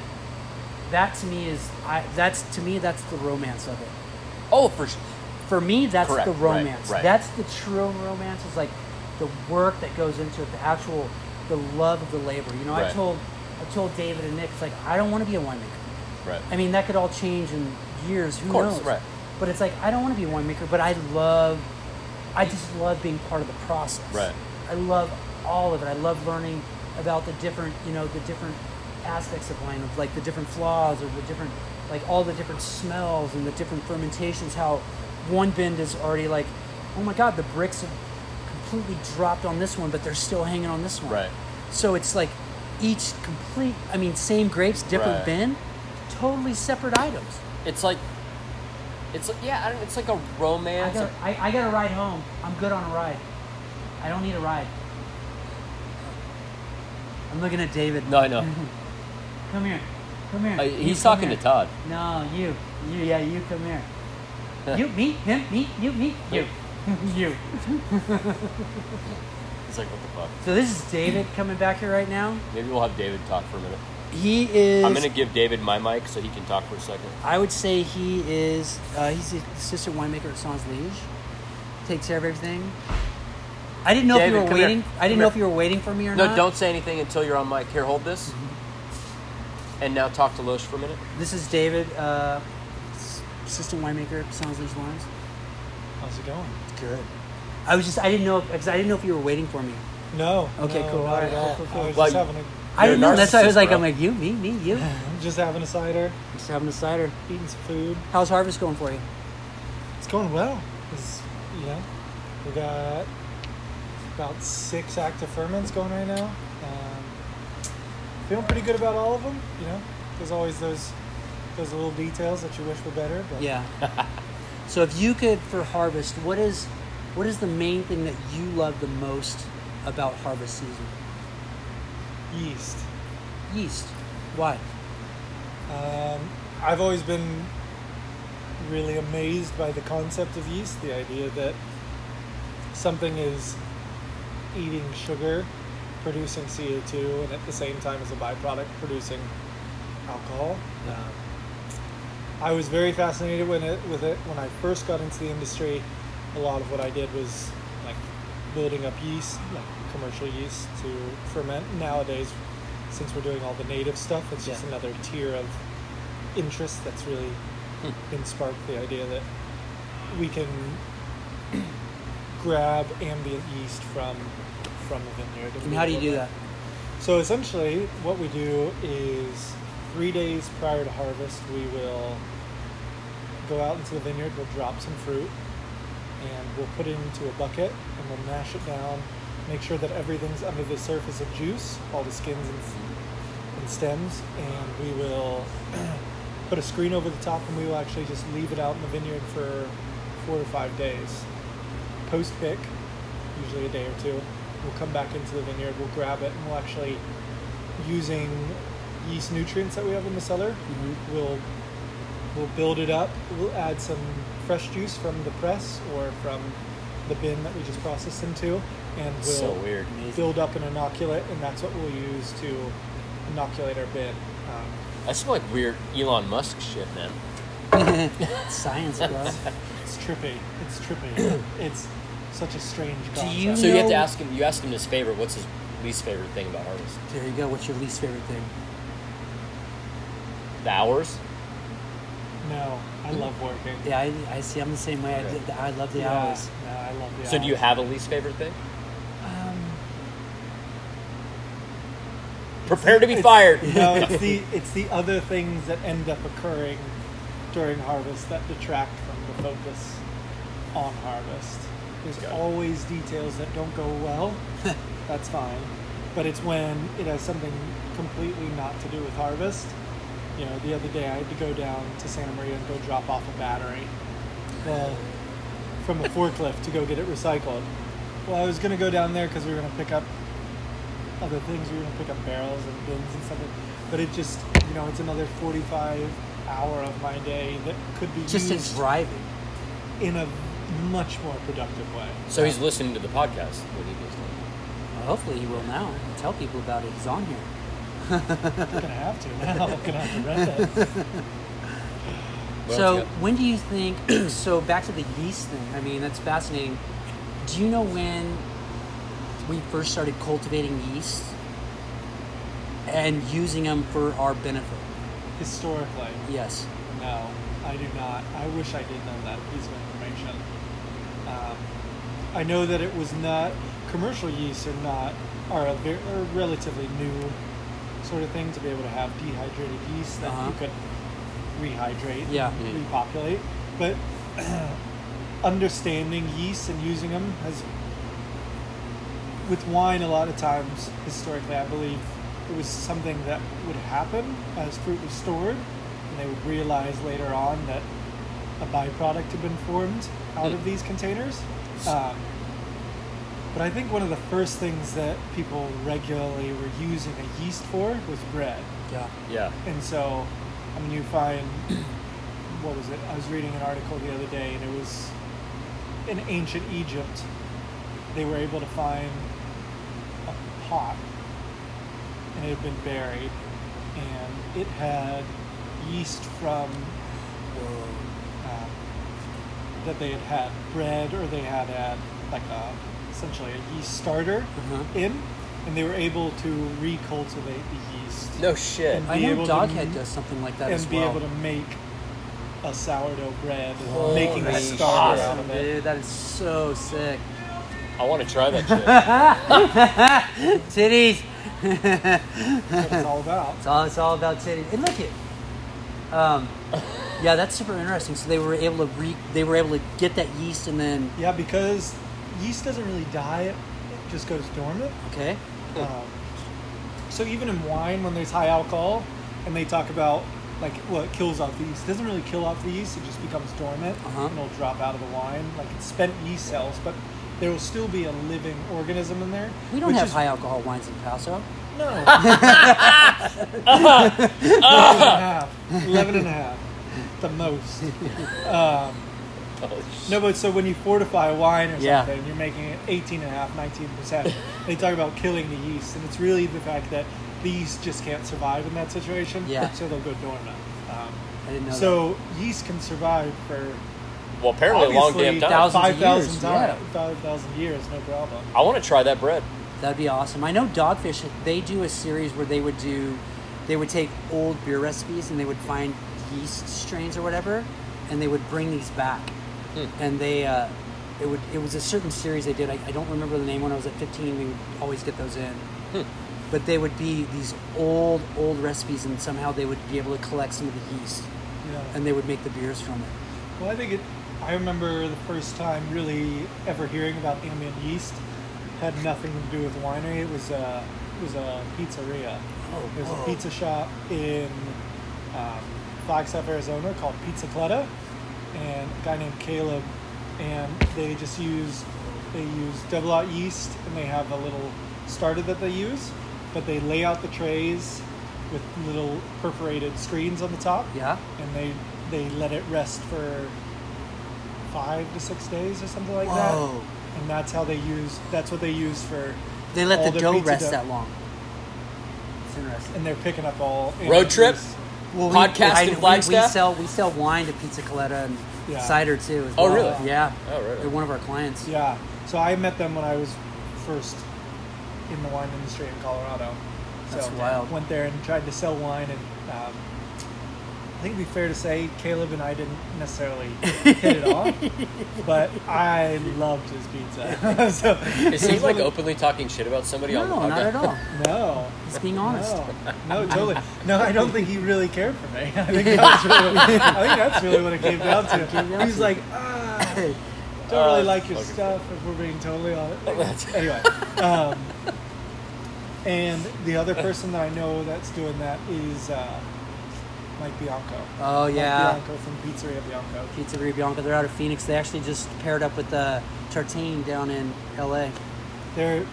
[SPEAKER 2] that to me is, I that's to me that's the romance of it.
[SPEAKER 1] oh for sure
[SPEAKER 2] For me, that's
[SPEAKER 1] Correct,
[SPEAKER 2] the
[SPEAKER 1] right,
[SPEAKER 2] romance.
[SPEAKER 1] right.
[SPEAKER 2] That's the true romance. Is like the work that goes into it, the actual, the love of the labor. You know, I
[SPEAKER 1] Right.
[SPEAKER 2] told, I told David and Nick, it's like I don't want to be a winemaker.
[SPEAKER 1] Right.
[SPEAKER 2] I mean, that could all change in years. Who
[SPEAKER 1] Of course,
[SPEAKER 2] knows?
[SPEAKER 1] right.
[SPEAKER 2] But it's like I don't want to be a winemaker, but I love. I just love being part of the process.
[SPEAKER 1] Right.
[SPEAKER 2] I love all of it. I love learning about the different, you know, the different aspects of wine, of like the different flaws or the different, like all the different smells and the different fermentations. How one bend is already like, oh my god, the bricks have completely dropped on this one, but they're still hanging on this one.
[SPEAKER 1] Right.
[SPEAKER 2] So it's like each complete, I mean, same grapes, different
[SPEAKER 1] Right.
[SPEAKER 2] bin, totally separate items.
[SPEAKER 1] It's like, it's like, yeah, I don't, it's like a
[SPEAKER 2] I
[SPEAKER 1] romance.
[SPEAKER 2] got, I, I got a ride home. I'm good on a ride. I don't need a ride. I'm looking at David.
[SPEAKER 1] no, I
[SPEAKER 2] <laughs>
[SPEAKER 1] know.
[SPEAKER 2] Come here. Come here.
[SPEAKER 1] Uh,
[SPEAKER 2] You
[SPEAKER 1] he's
[SPEAKER 2] come
[SPEAKER 1] talking
[SPEAKER 2] here.
[SPEAKER 1] to Todd.
[SPEAKER 2] No, you. You, yeah, you come
[SPEAKER 1] <laughs>
[SPEAKER 2] here. you, me, him, me, you, me, you. <laughs> you.
[SPEAKER 1] It's like, what the fuck?
[SPEAKER 2] So this is David coming back here right now.
[SPEAKER 1] Maybe we'll have David talk for a minute.
[SPEAKER 2] He is.
[SPEAKER 1] I'm gonna give David my mic so he can talk for a second.
[SPEAKER 2] I would say he is. Uh, he's the assistant winemaker at Sans Liege. Takes care of everything. I didn't know
[SPEAKER 1] David,
[SPEAKER 2] if you
[SPEAKER 1] come
[SPEAKER 2] were waiting.
[SPEAKER 1] here.
[SPEAKER 2] I didn't
[SPEAKER 1] Come
[SPEAKER 2] know
[SPEAKER 1] here.
[SPEAKER 2] if you were waiting for me or
[SPEAKER 1] No,
[SPEAKER 2] not.
[SPEAKER 1] don't say anything until you're on mic. Here, hold this.
[SPEAKER 2] Mm-hmm.
[SPEAKER 1] And now talk to Loesch for a minute.
[SPEAKER 2] This is David, uh, s- assistant winemaker at Sans Liege Wines.
[SPEAKER 3] How's it going?
[SPEAKER 2] Good. I was just. I didn't know if because I didn't know if you were waiting for me.
[SPEAKER 3] No.
[SPEAKER 2] Okay,
[SPEAKER 3] no,
[SPEAKER 2] cool.
[SPEAKER 3] Not at
[SPEAKER 2] Cool,
[SPEAKER 3] all.
[SPEAKER 2] cool,
[SPEAKER 3] I was
[SPEAKER 1] cool.
[SPEAKER 3] just,
[SPEAKER 1] Like-
[SPEAKER 3] having
[SPEAKER 2] I
[SPEAKER 1] You're a
[SPEAKER 2] didn't know. That's why I was
[SPEAKER 1] narcissist,
[SPEAKER 2] like,
[SPEAKER 1] bro.
[SPEAKER 2] I'm like you, me, me,
[SPEAKER 1] <laughs>
[SPEAKER 2] you.
[SPEAKER 3] a, <laughs> just having a cider,
[SPEAKER 2] Just having a cider.
[SPEAKER 3] eating some food.
[SPEAKER 2] How's harvest going for you?
[SPEAKER 3] It's going well. It's, you know, we got about six active ferments going right now. Um, feeling pretty good about all of them. You know, there's always those those little details that you wish were better. But
[SPEAKER 2] Yeah.
[SPEAKER 1] <laughs>
[SPEAKER 2] so if you could for harvest, what is what is the main thing that you love the most about harvest season?
[SPEAKER 3] yeast.
[SPEAKER 2] Yeast. Why?
[SPEAKER 3] Um, I've always been really amazed by the concept of yeast, the idea that something is eating sugar, producing CO2, and at the same time as a byproduct, producing alcohol. Um, I was very fascinated when it, with it when I first got into the industry. A lot of what I did was like building up yeast, like commercial yeast to ferment. Nowadays, since we're doing all the native stuff, it's just
[SPEAKER 2] Yeah.
[SPEAKER 3] another tier of interest that's really been sparked the idea that we can <clears throat> grab ambient yeast from from the vineyard.
[SPEAKER 2] And how do you do that?
[SPEAKER 3] So essentially, what we do is three days prior to harvest, we will go out into the vineyard, we'll drop some fruit, and we'll put it into a bucket and we'll mash it down, make sure that everything's under the surface of juice, all the skins and, s- and stems, and we will <clears throat> put a screen over the top and we will actually just leave it out in the vineyard for four to five days. Post pick, usually a day or two, we'll come back into the vineyard, we'll grab it, and we'll actually, using yeast nutrients that we have in the cellar,
[SPEAKER 2] Mhm.
[SPEAKER 1] Mm-hmm.
[SPEAKER 3] we'll We'll build it up. We'll add some fresh juice from the press or from the bin that we just processed into, and we'll
[SPEAKER 1] so weird.
[SPEAKER 3] build up an inoculant, and that's what we'll use to inoculate our bin. Um,
[SPEAKER 1] That's some like weird Elon Musk shit, man.
[SPEAKER 2] Science,
[SPEAKER 3] <laughs>
[SPEAKER 2] bro.
[SPEAKER 3] it's trippy. It's trippy. it's such a strange
[SPEAKER 2] Do
[SPEAKER 3] concept.
[SPEAKER 2] you-
[SPEAKER 1] So you have to
[SPEAKER 2] know-
[SPEAKER 1] ask him. You asked him his favorite. What's his least favorite thing about harvest?
[SPEAKER 2] there you go. What's your least favorite thing?
[SPEAKER 1] The hours.
[SPEAKER 3] no, I love working.
[SPEAKER 2] Yeah, I, I see. I'm the same way. I,
[SPEAKER 1] Okay.
[SPEAKER 2] did, I love the
[SPEAKER 3] Yeah,
[SPEAKER 2] hours.
[SPEAKER 3] No, I love the
[SPEAKER 1] So do you
[SPEAKER 3] hours.
[SPEAKER 1] have a least favorite thing?
[SPEAKER 3] Um,
[SPEAKER 1] Prepare to be
[SPEAKER 3] It's-
[SPEAKER 1] fired.
[SPEAKER 3] <laughs> no, it's the it's the other things that end up occurring during harvest that detract from the focus on harvest. There's
[SPEAKER 1] Got it.
[SPEAKER 3] always details that don't go
[SPEAKER 1] <laughs>
[SPEAKER 3] well. That's fine, but it's when it has something completely not to do with harvest. You know, the other day I had to go down to Santa Maria and go drop off a battery. Well, from a forklift to go get it recycled. Well, I was gonna go down there because we were gonna pick up other things. We were gonna pick up barrels and bins and stuff. like- But it just, you know, it's another forty-five hour of my day that could be
[SPEAKER 2] Just in
[SPEAKER 3] used
[SPEAKER 2] driving.
[SPEAKER 3] in a much more productive way.
[SPEAKER 1] <laughs> So he's listening to the podcast. What he does.
[SPEAKER 2] Well, hopefully, he will now tell people about it. He's on here.
[SPEAKER 3] I'm gonna have to now. I'm gonna have to rent it.
[SPEAKER 1] What else
[SPEAKER 2] so
[SPEAKER 1] you got?
[SPEAKER 2] when do you think? <clears throat> so back to the yeast thing. I mean, that's fascinating. Do you know when we first started cultivating yeast and using them for our benefit?
[SPEAKER 3] Historically,
[SPEAKER 2] Yes.
[SPEAKER 3] no. Um, I do not. I wish I did know that piece of information. Um, I know that it was not commercial yeasts are not are a, ver- are a relatively new sort of thing to be able to have dehydrated yeast that
[SPEAKER 2] Uh-huh.
[SPEAKER 3] you could rehydrate,
[SPEAKER 2] Yeah.
[SPEAKER 3] and
[SPEAKER 1] Mhm.
[SPEAKER 3] repopulate. But <clears throat> understanding yeast and using them has with wine a lot of times historically i believe it was something that would happen as fruit was stored and they would realize later on that a byproduct had been formed out of
[SPEAKER 1] Mm.
[SPEAKER 3] these containers um, but i think one of the first things that people regularly were using a yeast for was bread
[SPEAKER 2] Yeah.
[SPEAKER 1] Yeah.
[SPEAKER 3] and so, I mean, you find <clears throat> what was it? I was reading an article the other day, and it was in ancient Egypt. They were able to find a pot, and it had been buried, and it had yeast from um, uh, that they had had bread, or they had had like a essentially a yeast starter
[SPEAKER 2] Uh-huh.
[SPEAKER 3] in, and they were able to recultivate the yeast
[SPEAKER 1] No shit.
[SPEAKER 3] And-
[SPEAKER 2] I
[SPEAKER 3] Be
[SPEAKER 2] know
[SPEAKER 3] able to
[SPEAKER 2] Doghead
[SPEAKER 3] m-
[SPEAKER 2] does something like that
[SPEAKER 3] and
[SPEAKER 2] as
[SPEAKER 3] be
[SPEAKER 2] well. Oh,
[SPEAKER 3] able to make a sourdough bread,
[SPEAKER 1] Holy
[SPEAKER 3] making a
[SPEAKER 1] shit.
[SPEAKER 3] starter out
[SPEAKER 2] awesome,
[SPEAKER 3] of it.
[SPEAKER 2] dude. That is so sick.
[SPEAKER 1] I want to try that shit.
[SPEAKER 2] titties.
[SPEAKER 3] That's what it's
[SPEAKER 2] <laughs>
[SPEAKER 3] all about.
[SPEAKER 2] It's all, it's all about titties. And look it. Um, yeah, that's super interesting. So they were able to re- they were able to get that yeast and then
[SPEAKER 3] Yeah, because yeast doesn't really die; it it just goes dormant.
[SPEAKER 2] okay.
[SPEAKER 3] Um, so even in wine, when there's high alcohol, and they talk about like well, it kills off the yeast. It doesn't really kill off the yeast; it just becomes dormant
[SPEAKER 2] Uh-huh.
[SPEAKER 3] and it'll drop out of the wine. Like it's spent yeast cells, but there will still be a living organism in there.
[SPEAKER 2] We don't
[SPEAKER 3] which
[SPEAKER 2] have
[SPEAKER 3] is-
[SPEAKER 2] high alcohol wines in Paso. <laughs>
[SPEAKER 3] No. 11 and a half. 11 and a half. The most. Um,
[SPEAKER 1] Oh,
[SPEAKER 3] no, but so when you fortify wine or
[SPEAKER 2] Yeah.
[SPEAKER 3] something, you're making it 18 and a half, 19%. They talk about killing the yeast, and it's really the fact that the yeast just can't survive in that situation,
[SPEAKER 2] Yeah.
[SPEAKER 3] so they'll go dormant. Um,
[SPEAKER 2] I didn't know.
[SPEAKER 3] so yeast can survive for
[SPEAKER 1] Well, apparently a long damn
[SPEAKER 3] obviously
[SPEAKER 1] time.
[SPEAKER 2] thousands of
[SPEAKER 3] 5,000
[SPEAKER 2] years,
[SPEAKER 3] time-
[SPEAKER 2] yeah.
[SPEAKER 3] 5,000 years, no problem.
[SPEAKER 1] I want to try that bread.
[SPEAKER 2] that. that'd be awesome. I know Dogfish. They do a series where they would do they would take old beer recipes and they would find yeast strains or whatever, and they would bring these back. And they uh, it would it was a certain series they did. I, I don't remember the name. When I was at 15, we would always get those in. But they would be these old, old recipes, and somehow they would be able to collect some of the yeast,
[SPEAKER 3] You know.
[SPEAKER 2] and they would make the beers from it.
[SPEAKER 3] Well, I think it. I remember the first time really ever hearing about ambient yeast had nothing to do with winery. It was a it was a pizzeria.
[SPEAKER 2] Oh,
[SPEAKER 3] it was
[SPEAKER 2] whoa.
[SPEAKER 3] a pizza shop in um, Flagstaff, Arizona, called Pizza Cletta, and a guy named Caleb, and they just use they use double out yeast, and they have a little starter that they use, but they lay out the trays with little perforated screens on the top
[SPEAKER 2] Yeah.
[SPEAKER 3] and they they let it rest for five to six days or something like
[SPEAKER 2] Whoa.
[SPEAKER 3] that. And that's how they use. That's what they use for.
[SPEAKER 2] They let
[SPEAKER 3] all
[SPEAKER 2] the
[SPEAKER 3] their
[SPEAKER 2] dough
[SPEAKER 3] pizza
[SPEAKER 2] rest
[SPEAKER 3] dough.
[SPEAKER 2] that long. It's interesting.
[SPEAKER 3] And they're picking up all
[SPEAKER 1] Road trip?
[SPEAKER 3] entities.
[SPEAKER 2] Well,
[SPEAKER 1] Podcast in
[SPEAKER 2] we, We
[SPEAKER 1] Flagstaff?
[SPEAKER 2] sell we sell wine to Pizza Coletta and
[SPEAKER 3] Yeah.
[SPEAKER 2] cider too. as
[SPEAKER 1] Oh,
[SPEAKER 2] well.
[SPEAKER 1] really?
[SPEAKER 2] Yeah.
[SPEAKER 1] Oh, right, right.
[SPEAKER 2] They're one of our clients.
[SPEAKER 3] Yeah. So I met them when I was first in the wine industry in Colorado.
[SPEAKER 2] That's
[SPEAKER 3] so
[SPEAKER 2] wild.
[SPEAKER 3] Went there and tried to sell wine, and um, I think it'd be fair to say Caleb and I didn't necessarily hit
[SPEAKER 2] <laughs>
[SPEAKER 3] it off, but I loved his pizza. <laughs> so
[SPEAKER 1] Is he like openly talking shit about somebody
[SPEAKER 2] No,
[SPEAKER 1] on the podcast?
[SPEAKER 2] not at all.
[SPEAKER 3] No.
[SPEAKER 2] Just
[SPEAKER 3] <laughs>
[SPEAKER 2] being honest.
[SPEAKER 3] No, no, totally. No, I don't think he really cared for me. <laughs> I think, that's really, I think that's really what it came down to.
[SPEAKER 2] came down
[SPEAKER 3] He was
[SPEAKER 2] to.
[SPEAKER 3] like, ah, don't
[SPEAKER 1] Uh,
[SPEAKER 3] really like your
[SPEAKER 1] fucking
[SPEAKER 3] stuff if we're being totally
[SPEAKER 2] <laughs>
[SPEAKER 3] honest.
[SPEAKER 1] That's-
[SPEAKER 3] Anyway. Um, and the other person that I know that's doing that is uh, Mike Bianco.
[SPEAKER 2] Oh,
[SPEAKER 3] Mike
[SPEAKER 2] yeah.
[SPEAKER 3] Bianco from Pizzeria Bianco.
[SPEAKER 2] Pizzeria Bianca. They're out of Phoenix. They actually just paired up with uh, Tartine down in L.A.
[SPEAKER 3] They're,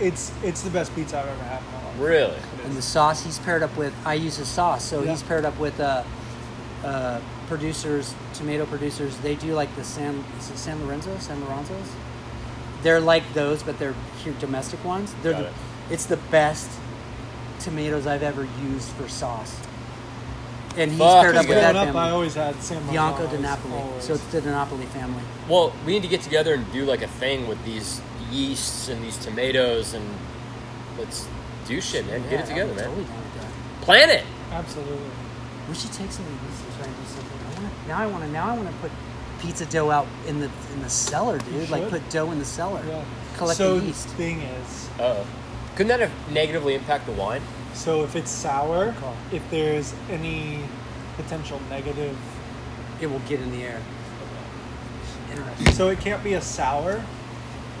[SPEAKER 3] it's it's the best pizza I've ever had in my life.
[SPEAKER 1] Really?
[SPEAKER 3] It
[SPEAKER 2] And the
[SPEAKER 3] is.
[SPEAKER 2] sauce he's paired up with. I use his sauce, so
[SPEAKER 3] Yeah.
[SPEAKER 2] he's paired up with uh, uh, producers, tomato producers. They do like the San is it San Lorenzo, San Lorenzo's. They're like those, but they're here domestic ones. They're
[SPEAKER 1] Got
[SPEAKER 2] the,
[SPEAKER 1] it.
[SPEAKER 2] it's the best tomatoes I've ever used for sauce. And he's
[SPEAKER 1] Fuck,
[SPEAKER 2] paired up
[SPEAKER 1] he's Oh
[SPEAKER 2] with that
[SPEAKER 3] Growing up, I
[SPEAKER 2] family,
[SPEAKER 3] always had San
[SPEAKER 2] Bianco
[SPEAKER 3] Marzano's,
[SPEAKER 2] Di Napoli.
[SPEAKER 3] always.
[SPEAKER 2] So it's the Di Napoli family.
[SPEAKER 1] Well, we need to get together and do like a thing with these yeasts and these tomatoes and let's do shit, man.
[SPEAKER 2] Yeah,
[SPEAKER 1] get it together,
[SPEAKER 2] I'm
[SPEAKER 1] man.
[SPEAKER 2] Totally down with that.
[SPEAKER 1] Plan it.
[SPEAKER 3] Absolutely.
[SPEAKER 2] We should take some of these and try and do something. I want to Now I want to. Now I want to put pizza dough out in the in the cellar,
[SPEAKER 3] You
[SPEAKER 2] dude. Like
[SPEAKER 3] should.
[SPEAKER 2] put dough in the cellar.
[SPEAKER 3] Yeah.
[SPEAKER 2] Collect
[SPEAKER 3] so
[SPEAKER 2] the yeast.
[SPEAKER 3] the thing is,
[SPEAKER 1] Uh, couldn't that have negatively impact the wine?
[SPEAKER 3] so if it's sour,
[SPEAKER 2] Call.
[SPEAKER 3] if there's any potential negative,
[SPEAKER 2] It will get in the air. Interesting.
[SPEAKER 3] so it can't be a sour.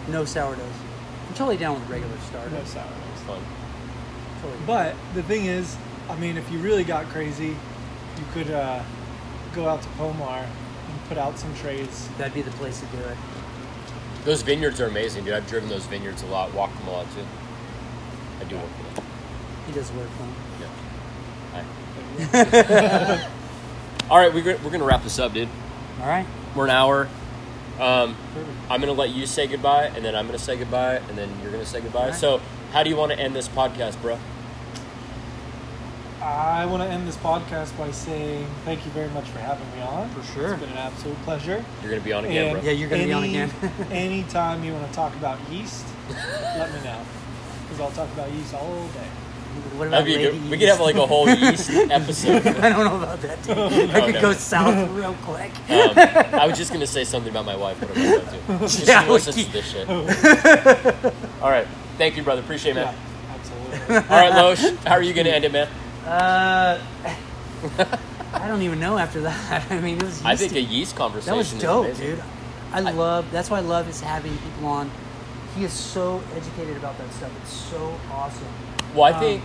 [SPEAKER 2] No sourdoughs. I'm totally down with regular starter.
[SPEAKER 3] No sour.
[SPEAKER 1] It's fun.
[SPEAKER 2] Totally.
[SPEAKER 3] But the thing is, I mean, if you really got crazy, you could uh, go out to Pomar and put out some trays.
[SPEAKER 2] that'd be the place to do it.
[SPEAKER 1] Those vineyards are amazing, dude. I've driven those vineyards a lot, walked them a lot too. I do work for them.
[SPEAKER 2] He does work for him.
[SPEAKER 1] Yeah. Hi. <laughs> All right, we're, we're gonna wrap this up, dude.
[SPEAKER 2] All right.
[SPEAKER 1] We're an hour. Um, I'm gonna let you say goodbye, and then I'm gonna say goodbye, and then you're gonna say goodbye.
[SPEAKER 2] Alright.
[SPEAKER 1] So, how do you want to end this podcast, bro?
[SPEAKER 3] I want to end this podcast by saying thank you very much for having me on.
[SPEAKER 2] For sure.
[SPEAKER 3] It's been an absolute pleasure.
[SPEAKER 1] You're gonna be on again,
[SPEAKER 3] And
[SPEAKER 1] bro.
[SPEAKER 2] Yeah, you're gonna be on
[SPEAKER 3] any-
[SPEAKER 2] again. <laughs>
[SPEAKER 3] anytime you want to talk about yeast, let me know. Because I'll talk about yeast all day.
[SPEAKER 2] What about
[SPEAKER 1] That'd be
[SPEAKER 2] Lady
[SPEAKER 1] good. We
[SPEAKER 2] East?
[SPEAKER 1] could have like a whole yeast episode.
[SPEAKER 2] <laughs> I don't know about that. Dude.
[SPEAKER 1] <laughs>
[SPEAKER 2] I
[SPEAKER 1] Oh,
[SPEAKER 2] could
[SPEAKER 1] no.
[SPEAKER 2] go south real quick. <laughs>
[SPEAKER 1] Um, I was just gonna say something about my wife. What about that too? She
[SPEAKER 2] Yeah,
[SPEAKER 1] yeah, listens
[SPEAKER 2] we
[SPEAKER 1] to this shit. All right, thank you, brother. Appreciate it, man.
[SPEAKER 3] absolutely.
[SPEAKER 1] All right, Loesch, how are you gonna end it, man?
[SPEAKER 2] Uh, I don't even know after that. <laughs> I mean, it was.
[SPEAKER 1] I think a
[SPEAKER 2] yeasty.
[SPEAKER 1] yeast conversation.
[SPEAKER 2] that was
[SPEAKER 1] is
[SPEAKER 2] dope,
[SPEAKER 1] amazing.
[SPEAKER 2] dude. I love. That's why I love is having people on. He is so educated about that stuff. It's so awesome.
[SPEAKER 1] Well, I
[SPEAKER 2] Um,
[SPEAKER 1] think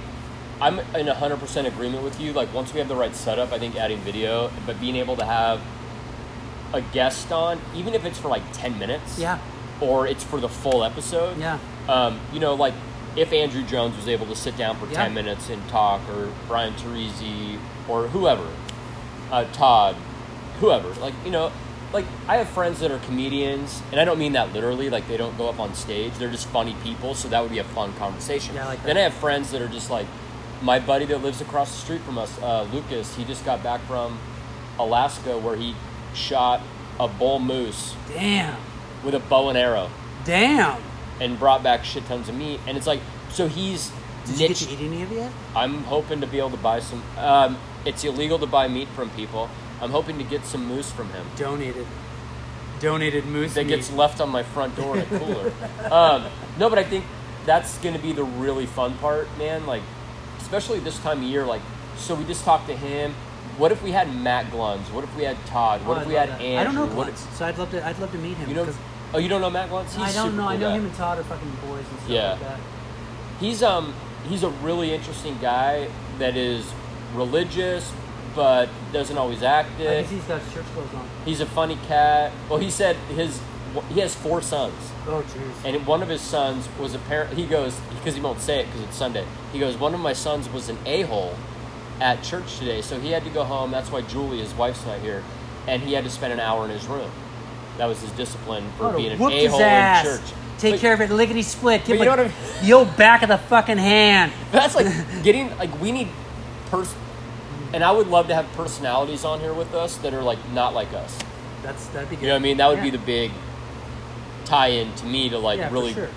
[SPEAKER 1] I'm in 100% agreement with you. Like, once we have the right setup, I think adding video, but being able to have a guest on, even if it's for like 10 minutes,
[SPEAKER 2] Yeah.
[SPEAKER 1] or it's for the full episode,
[SPEAKER 2] Yeah.
[SPEAKER 1] um, you know, like if Andrew Jones was able to sit down for
[SPEAKER 2] Yeah.
[SPEAKER 1] 10 minutes and talk, or Brian Teresi, or whoever, uh, Todd, whoever, like, you know, like I have friends that are comedians, and I don't mean that literally, like they don't go up on stage, they're just funny people, so that would be a fun conversation.
[SPEAKER 2] Yeah, I like
[SPEAKER 1] Then
[SPEAKER 2] that.
[SPEAKER 1] I have friends that are just like, my buddy that lives across the street from us, uh, Lucas, he just got back from Alaska where he shot a bull moose
[SPEAKER 2] Damn.
[SPEAKER 1] with a bow and arrow
[SPEAKER 2] Damn.
[SPEAKER 1] and brought back shit tons of meat. And it's like, so he's
[SPEAKER 2] Did you get
[SPEAKER 1] niche.
[SPEAKER 2] to eat any of it yet?
[SPEAKER 1] I'm hoping to be able to buy some. Um, it's illegal to buy meat from people. I'm hoping to get some moose from him
[SPEAKER 2] Donated. Donated moose
[SPEAKER 1] that
[SPEAKER 2] meat.
[SPEAKER 1] gets left on my front door in a cooler. um, no, but I think that's going to be the really fun part, man. Like, especially this time of year. Like, so we just talked to him. What if we had Matt Glunz? What if we had Todd?
[SPEAKER 2] Oh,
[SPEAKER 1] What
[SPEAKER 2] I'd
[SPEAKER 1] if we
[SPEAKER 2] love
[SPEAKER 1] had
[SPEAKER 2] that.
[SPEAKER 1] Andrew?
[SPEAKER 2] I don't know
[SPEAKER 1] What
[SPEAKER 2] Glutz, so I'd love to. I'd love to meet him.
[SPEAKER 1] if- you don't.
[SPEAKER 2] 'cause
[SPEAKER 1] Oh, you don't know Matt Glunz? He's
[SPEAKER 2] I
[SPEAKER 1] super
[SPEAKER 2] don't know. I
[SPEAKER 1] cool
[SPEAKER 2] know
[SPEAKER 1] guy.
[SPEAKER 2] him and Todd are fucking boys and stuff
[SPEAKER 1] Yeah.
[SPEAKER 2] like that.
[SPEAKER 1] He's um he's a really interesting guy that is religious but doesn't always act
[SPEAKER 2] I
[SPEAKER 1] it.
[SPEAKER 2] guess he's got his church clothes on.
[SPEAKER 1] He's a funny cat. Well, he said his he has four sons,
[SPEAKER 2] Oh jeez.
[SPEAKER 1] and one of his sons was apparent. He goes because he won't say it because it's Sunday. He goes one of my sons was an a hole at church today, so he had to go home. That's why Julie, his wife's not here, and he had to spend an hour in his room. That was his discipline for
[SPEAKER 2] Whooped
[SPEAKER 1] being an a hole in
[SPEAKER 2] ass.
[SPEAKER 1] church.
[SPEAKER 2] Take
[SPEAKER 1] But-
[SPEAKER 2] care of it, lickety split. Give
[SPEAKER 1] But
[SPEAKER 2] him
[SPEAKER 1] you
[SPEAKER 2] like,
[SPEAKER 1] know
[SPEAKER 2] the old back of the fucking hand.
[SPEAKER 1] That's
[SPEAKER 2] <laughs>
[SPEAKER 1] like getting like we need pers and I would love to have personalities on here with us that are like not like us.
[SPEAKER 2] That's that'd be good.
[SPEAKER 1] You know what I mean? That would be
[SPEAKER 2] Yeah.
[SPEAKER 1] the big tie in to me to like
[SPEAKER 2] Yeah, for
[SPEAKER 1] really
[SPEAKER 2] sure.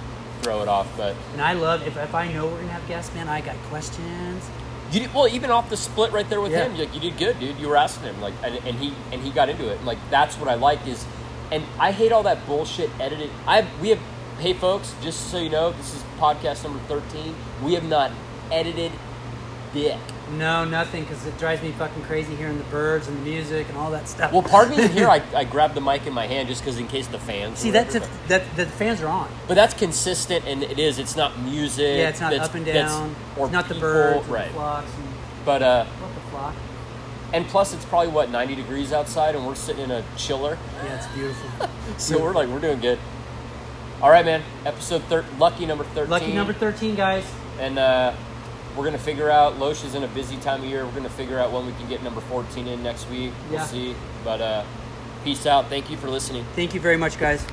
[SPEAKER 1] throw it off. But
[SPEAKER 2] And I love if, if I know we're gonna have guests, man. I got questions.
[SPEAKER 1] you did, well, even off the split right there with
[SPEAKER 2] Yeah.
[SPEAKER 1] him, like you did good, dude. You were asking him like, and, and he and he got into it. And, like that's what I like is, and I hate all that bullshit edited. I we have hey folks, just so you know, this is podcast number thirteen. We have not edited dick.
[SPEAKER 2] No, nothing, because it drives me fucking crazy hearing the birds and the music and all that stuff.
[SPEAKER 1] Well, pardon me here. I, I grabbed the mic in my hand just because in case the fans.
[SPEAKER 2] See,
[SPEAKER 1] were
[SPEAKER 2] that's
[SPEAKER 1] everywhere.
[SPEAKER 2] if that the fans are on.
[SPEAKER 1] But that's consistent, and it is. It's not music.
[SPEAKER 2] Yeah, it's not
[SPEAKER 1] that's-
[SPEAKER 2] up and
[SPEAKER 1] that's-
[SPEAKER 2] down.
[SPEAKER 1] or
[SPEAKER 2] it's not the
[SPEAKER 1] people,
[SPEAKER 2] birds, and
[SPEAKER 1] right?
[SPEAKER 2] the flocks, and
[SPEAKER 1] But uh,
[SPEAKER 2] what the flock?
[SPEAKER 1] and plus, it's probably what ninety degrees outside, and we're sitting in a chiller,
[SPEAKER 2] Yeah, it's beautiful.
[SPEAKER 1] so we're like we're doing good. All right, man. Episode thir- lucky number thirteen.
[SPEAKER 2] Lucky number thirteen, guys.
[SPEAKER 1] And uh, we're gonna figure out. Loesch is in a busy time of year. We're gonna figure out when we can get number fourteen in next week. We'll
[SPEAKER 2] Yeah.
[SPEAKER 1] see. But uh, peace out. Thank you for listening.
[SPEAKER 2] Thank you very much, guys.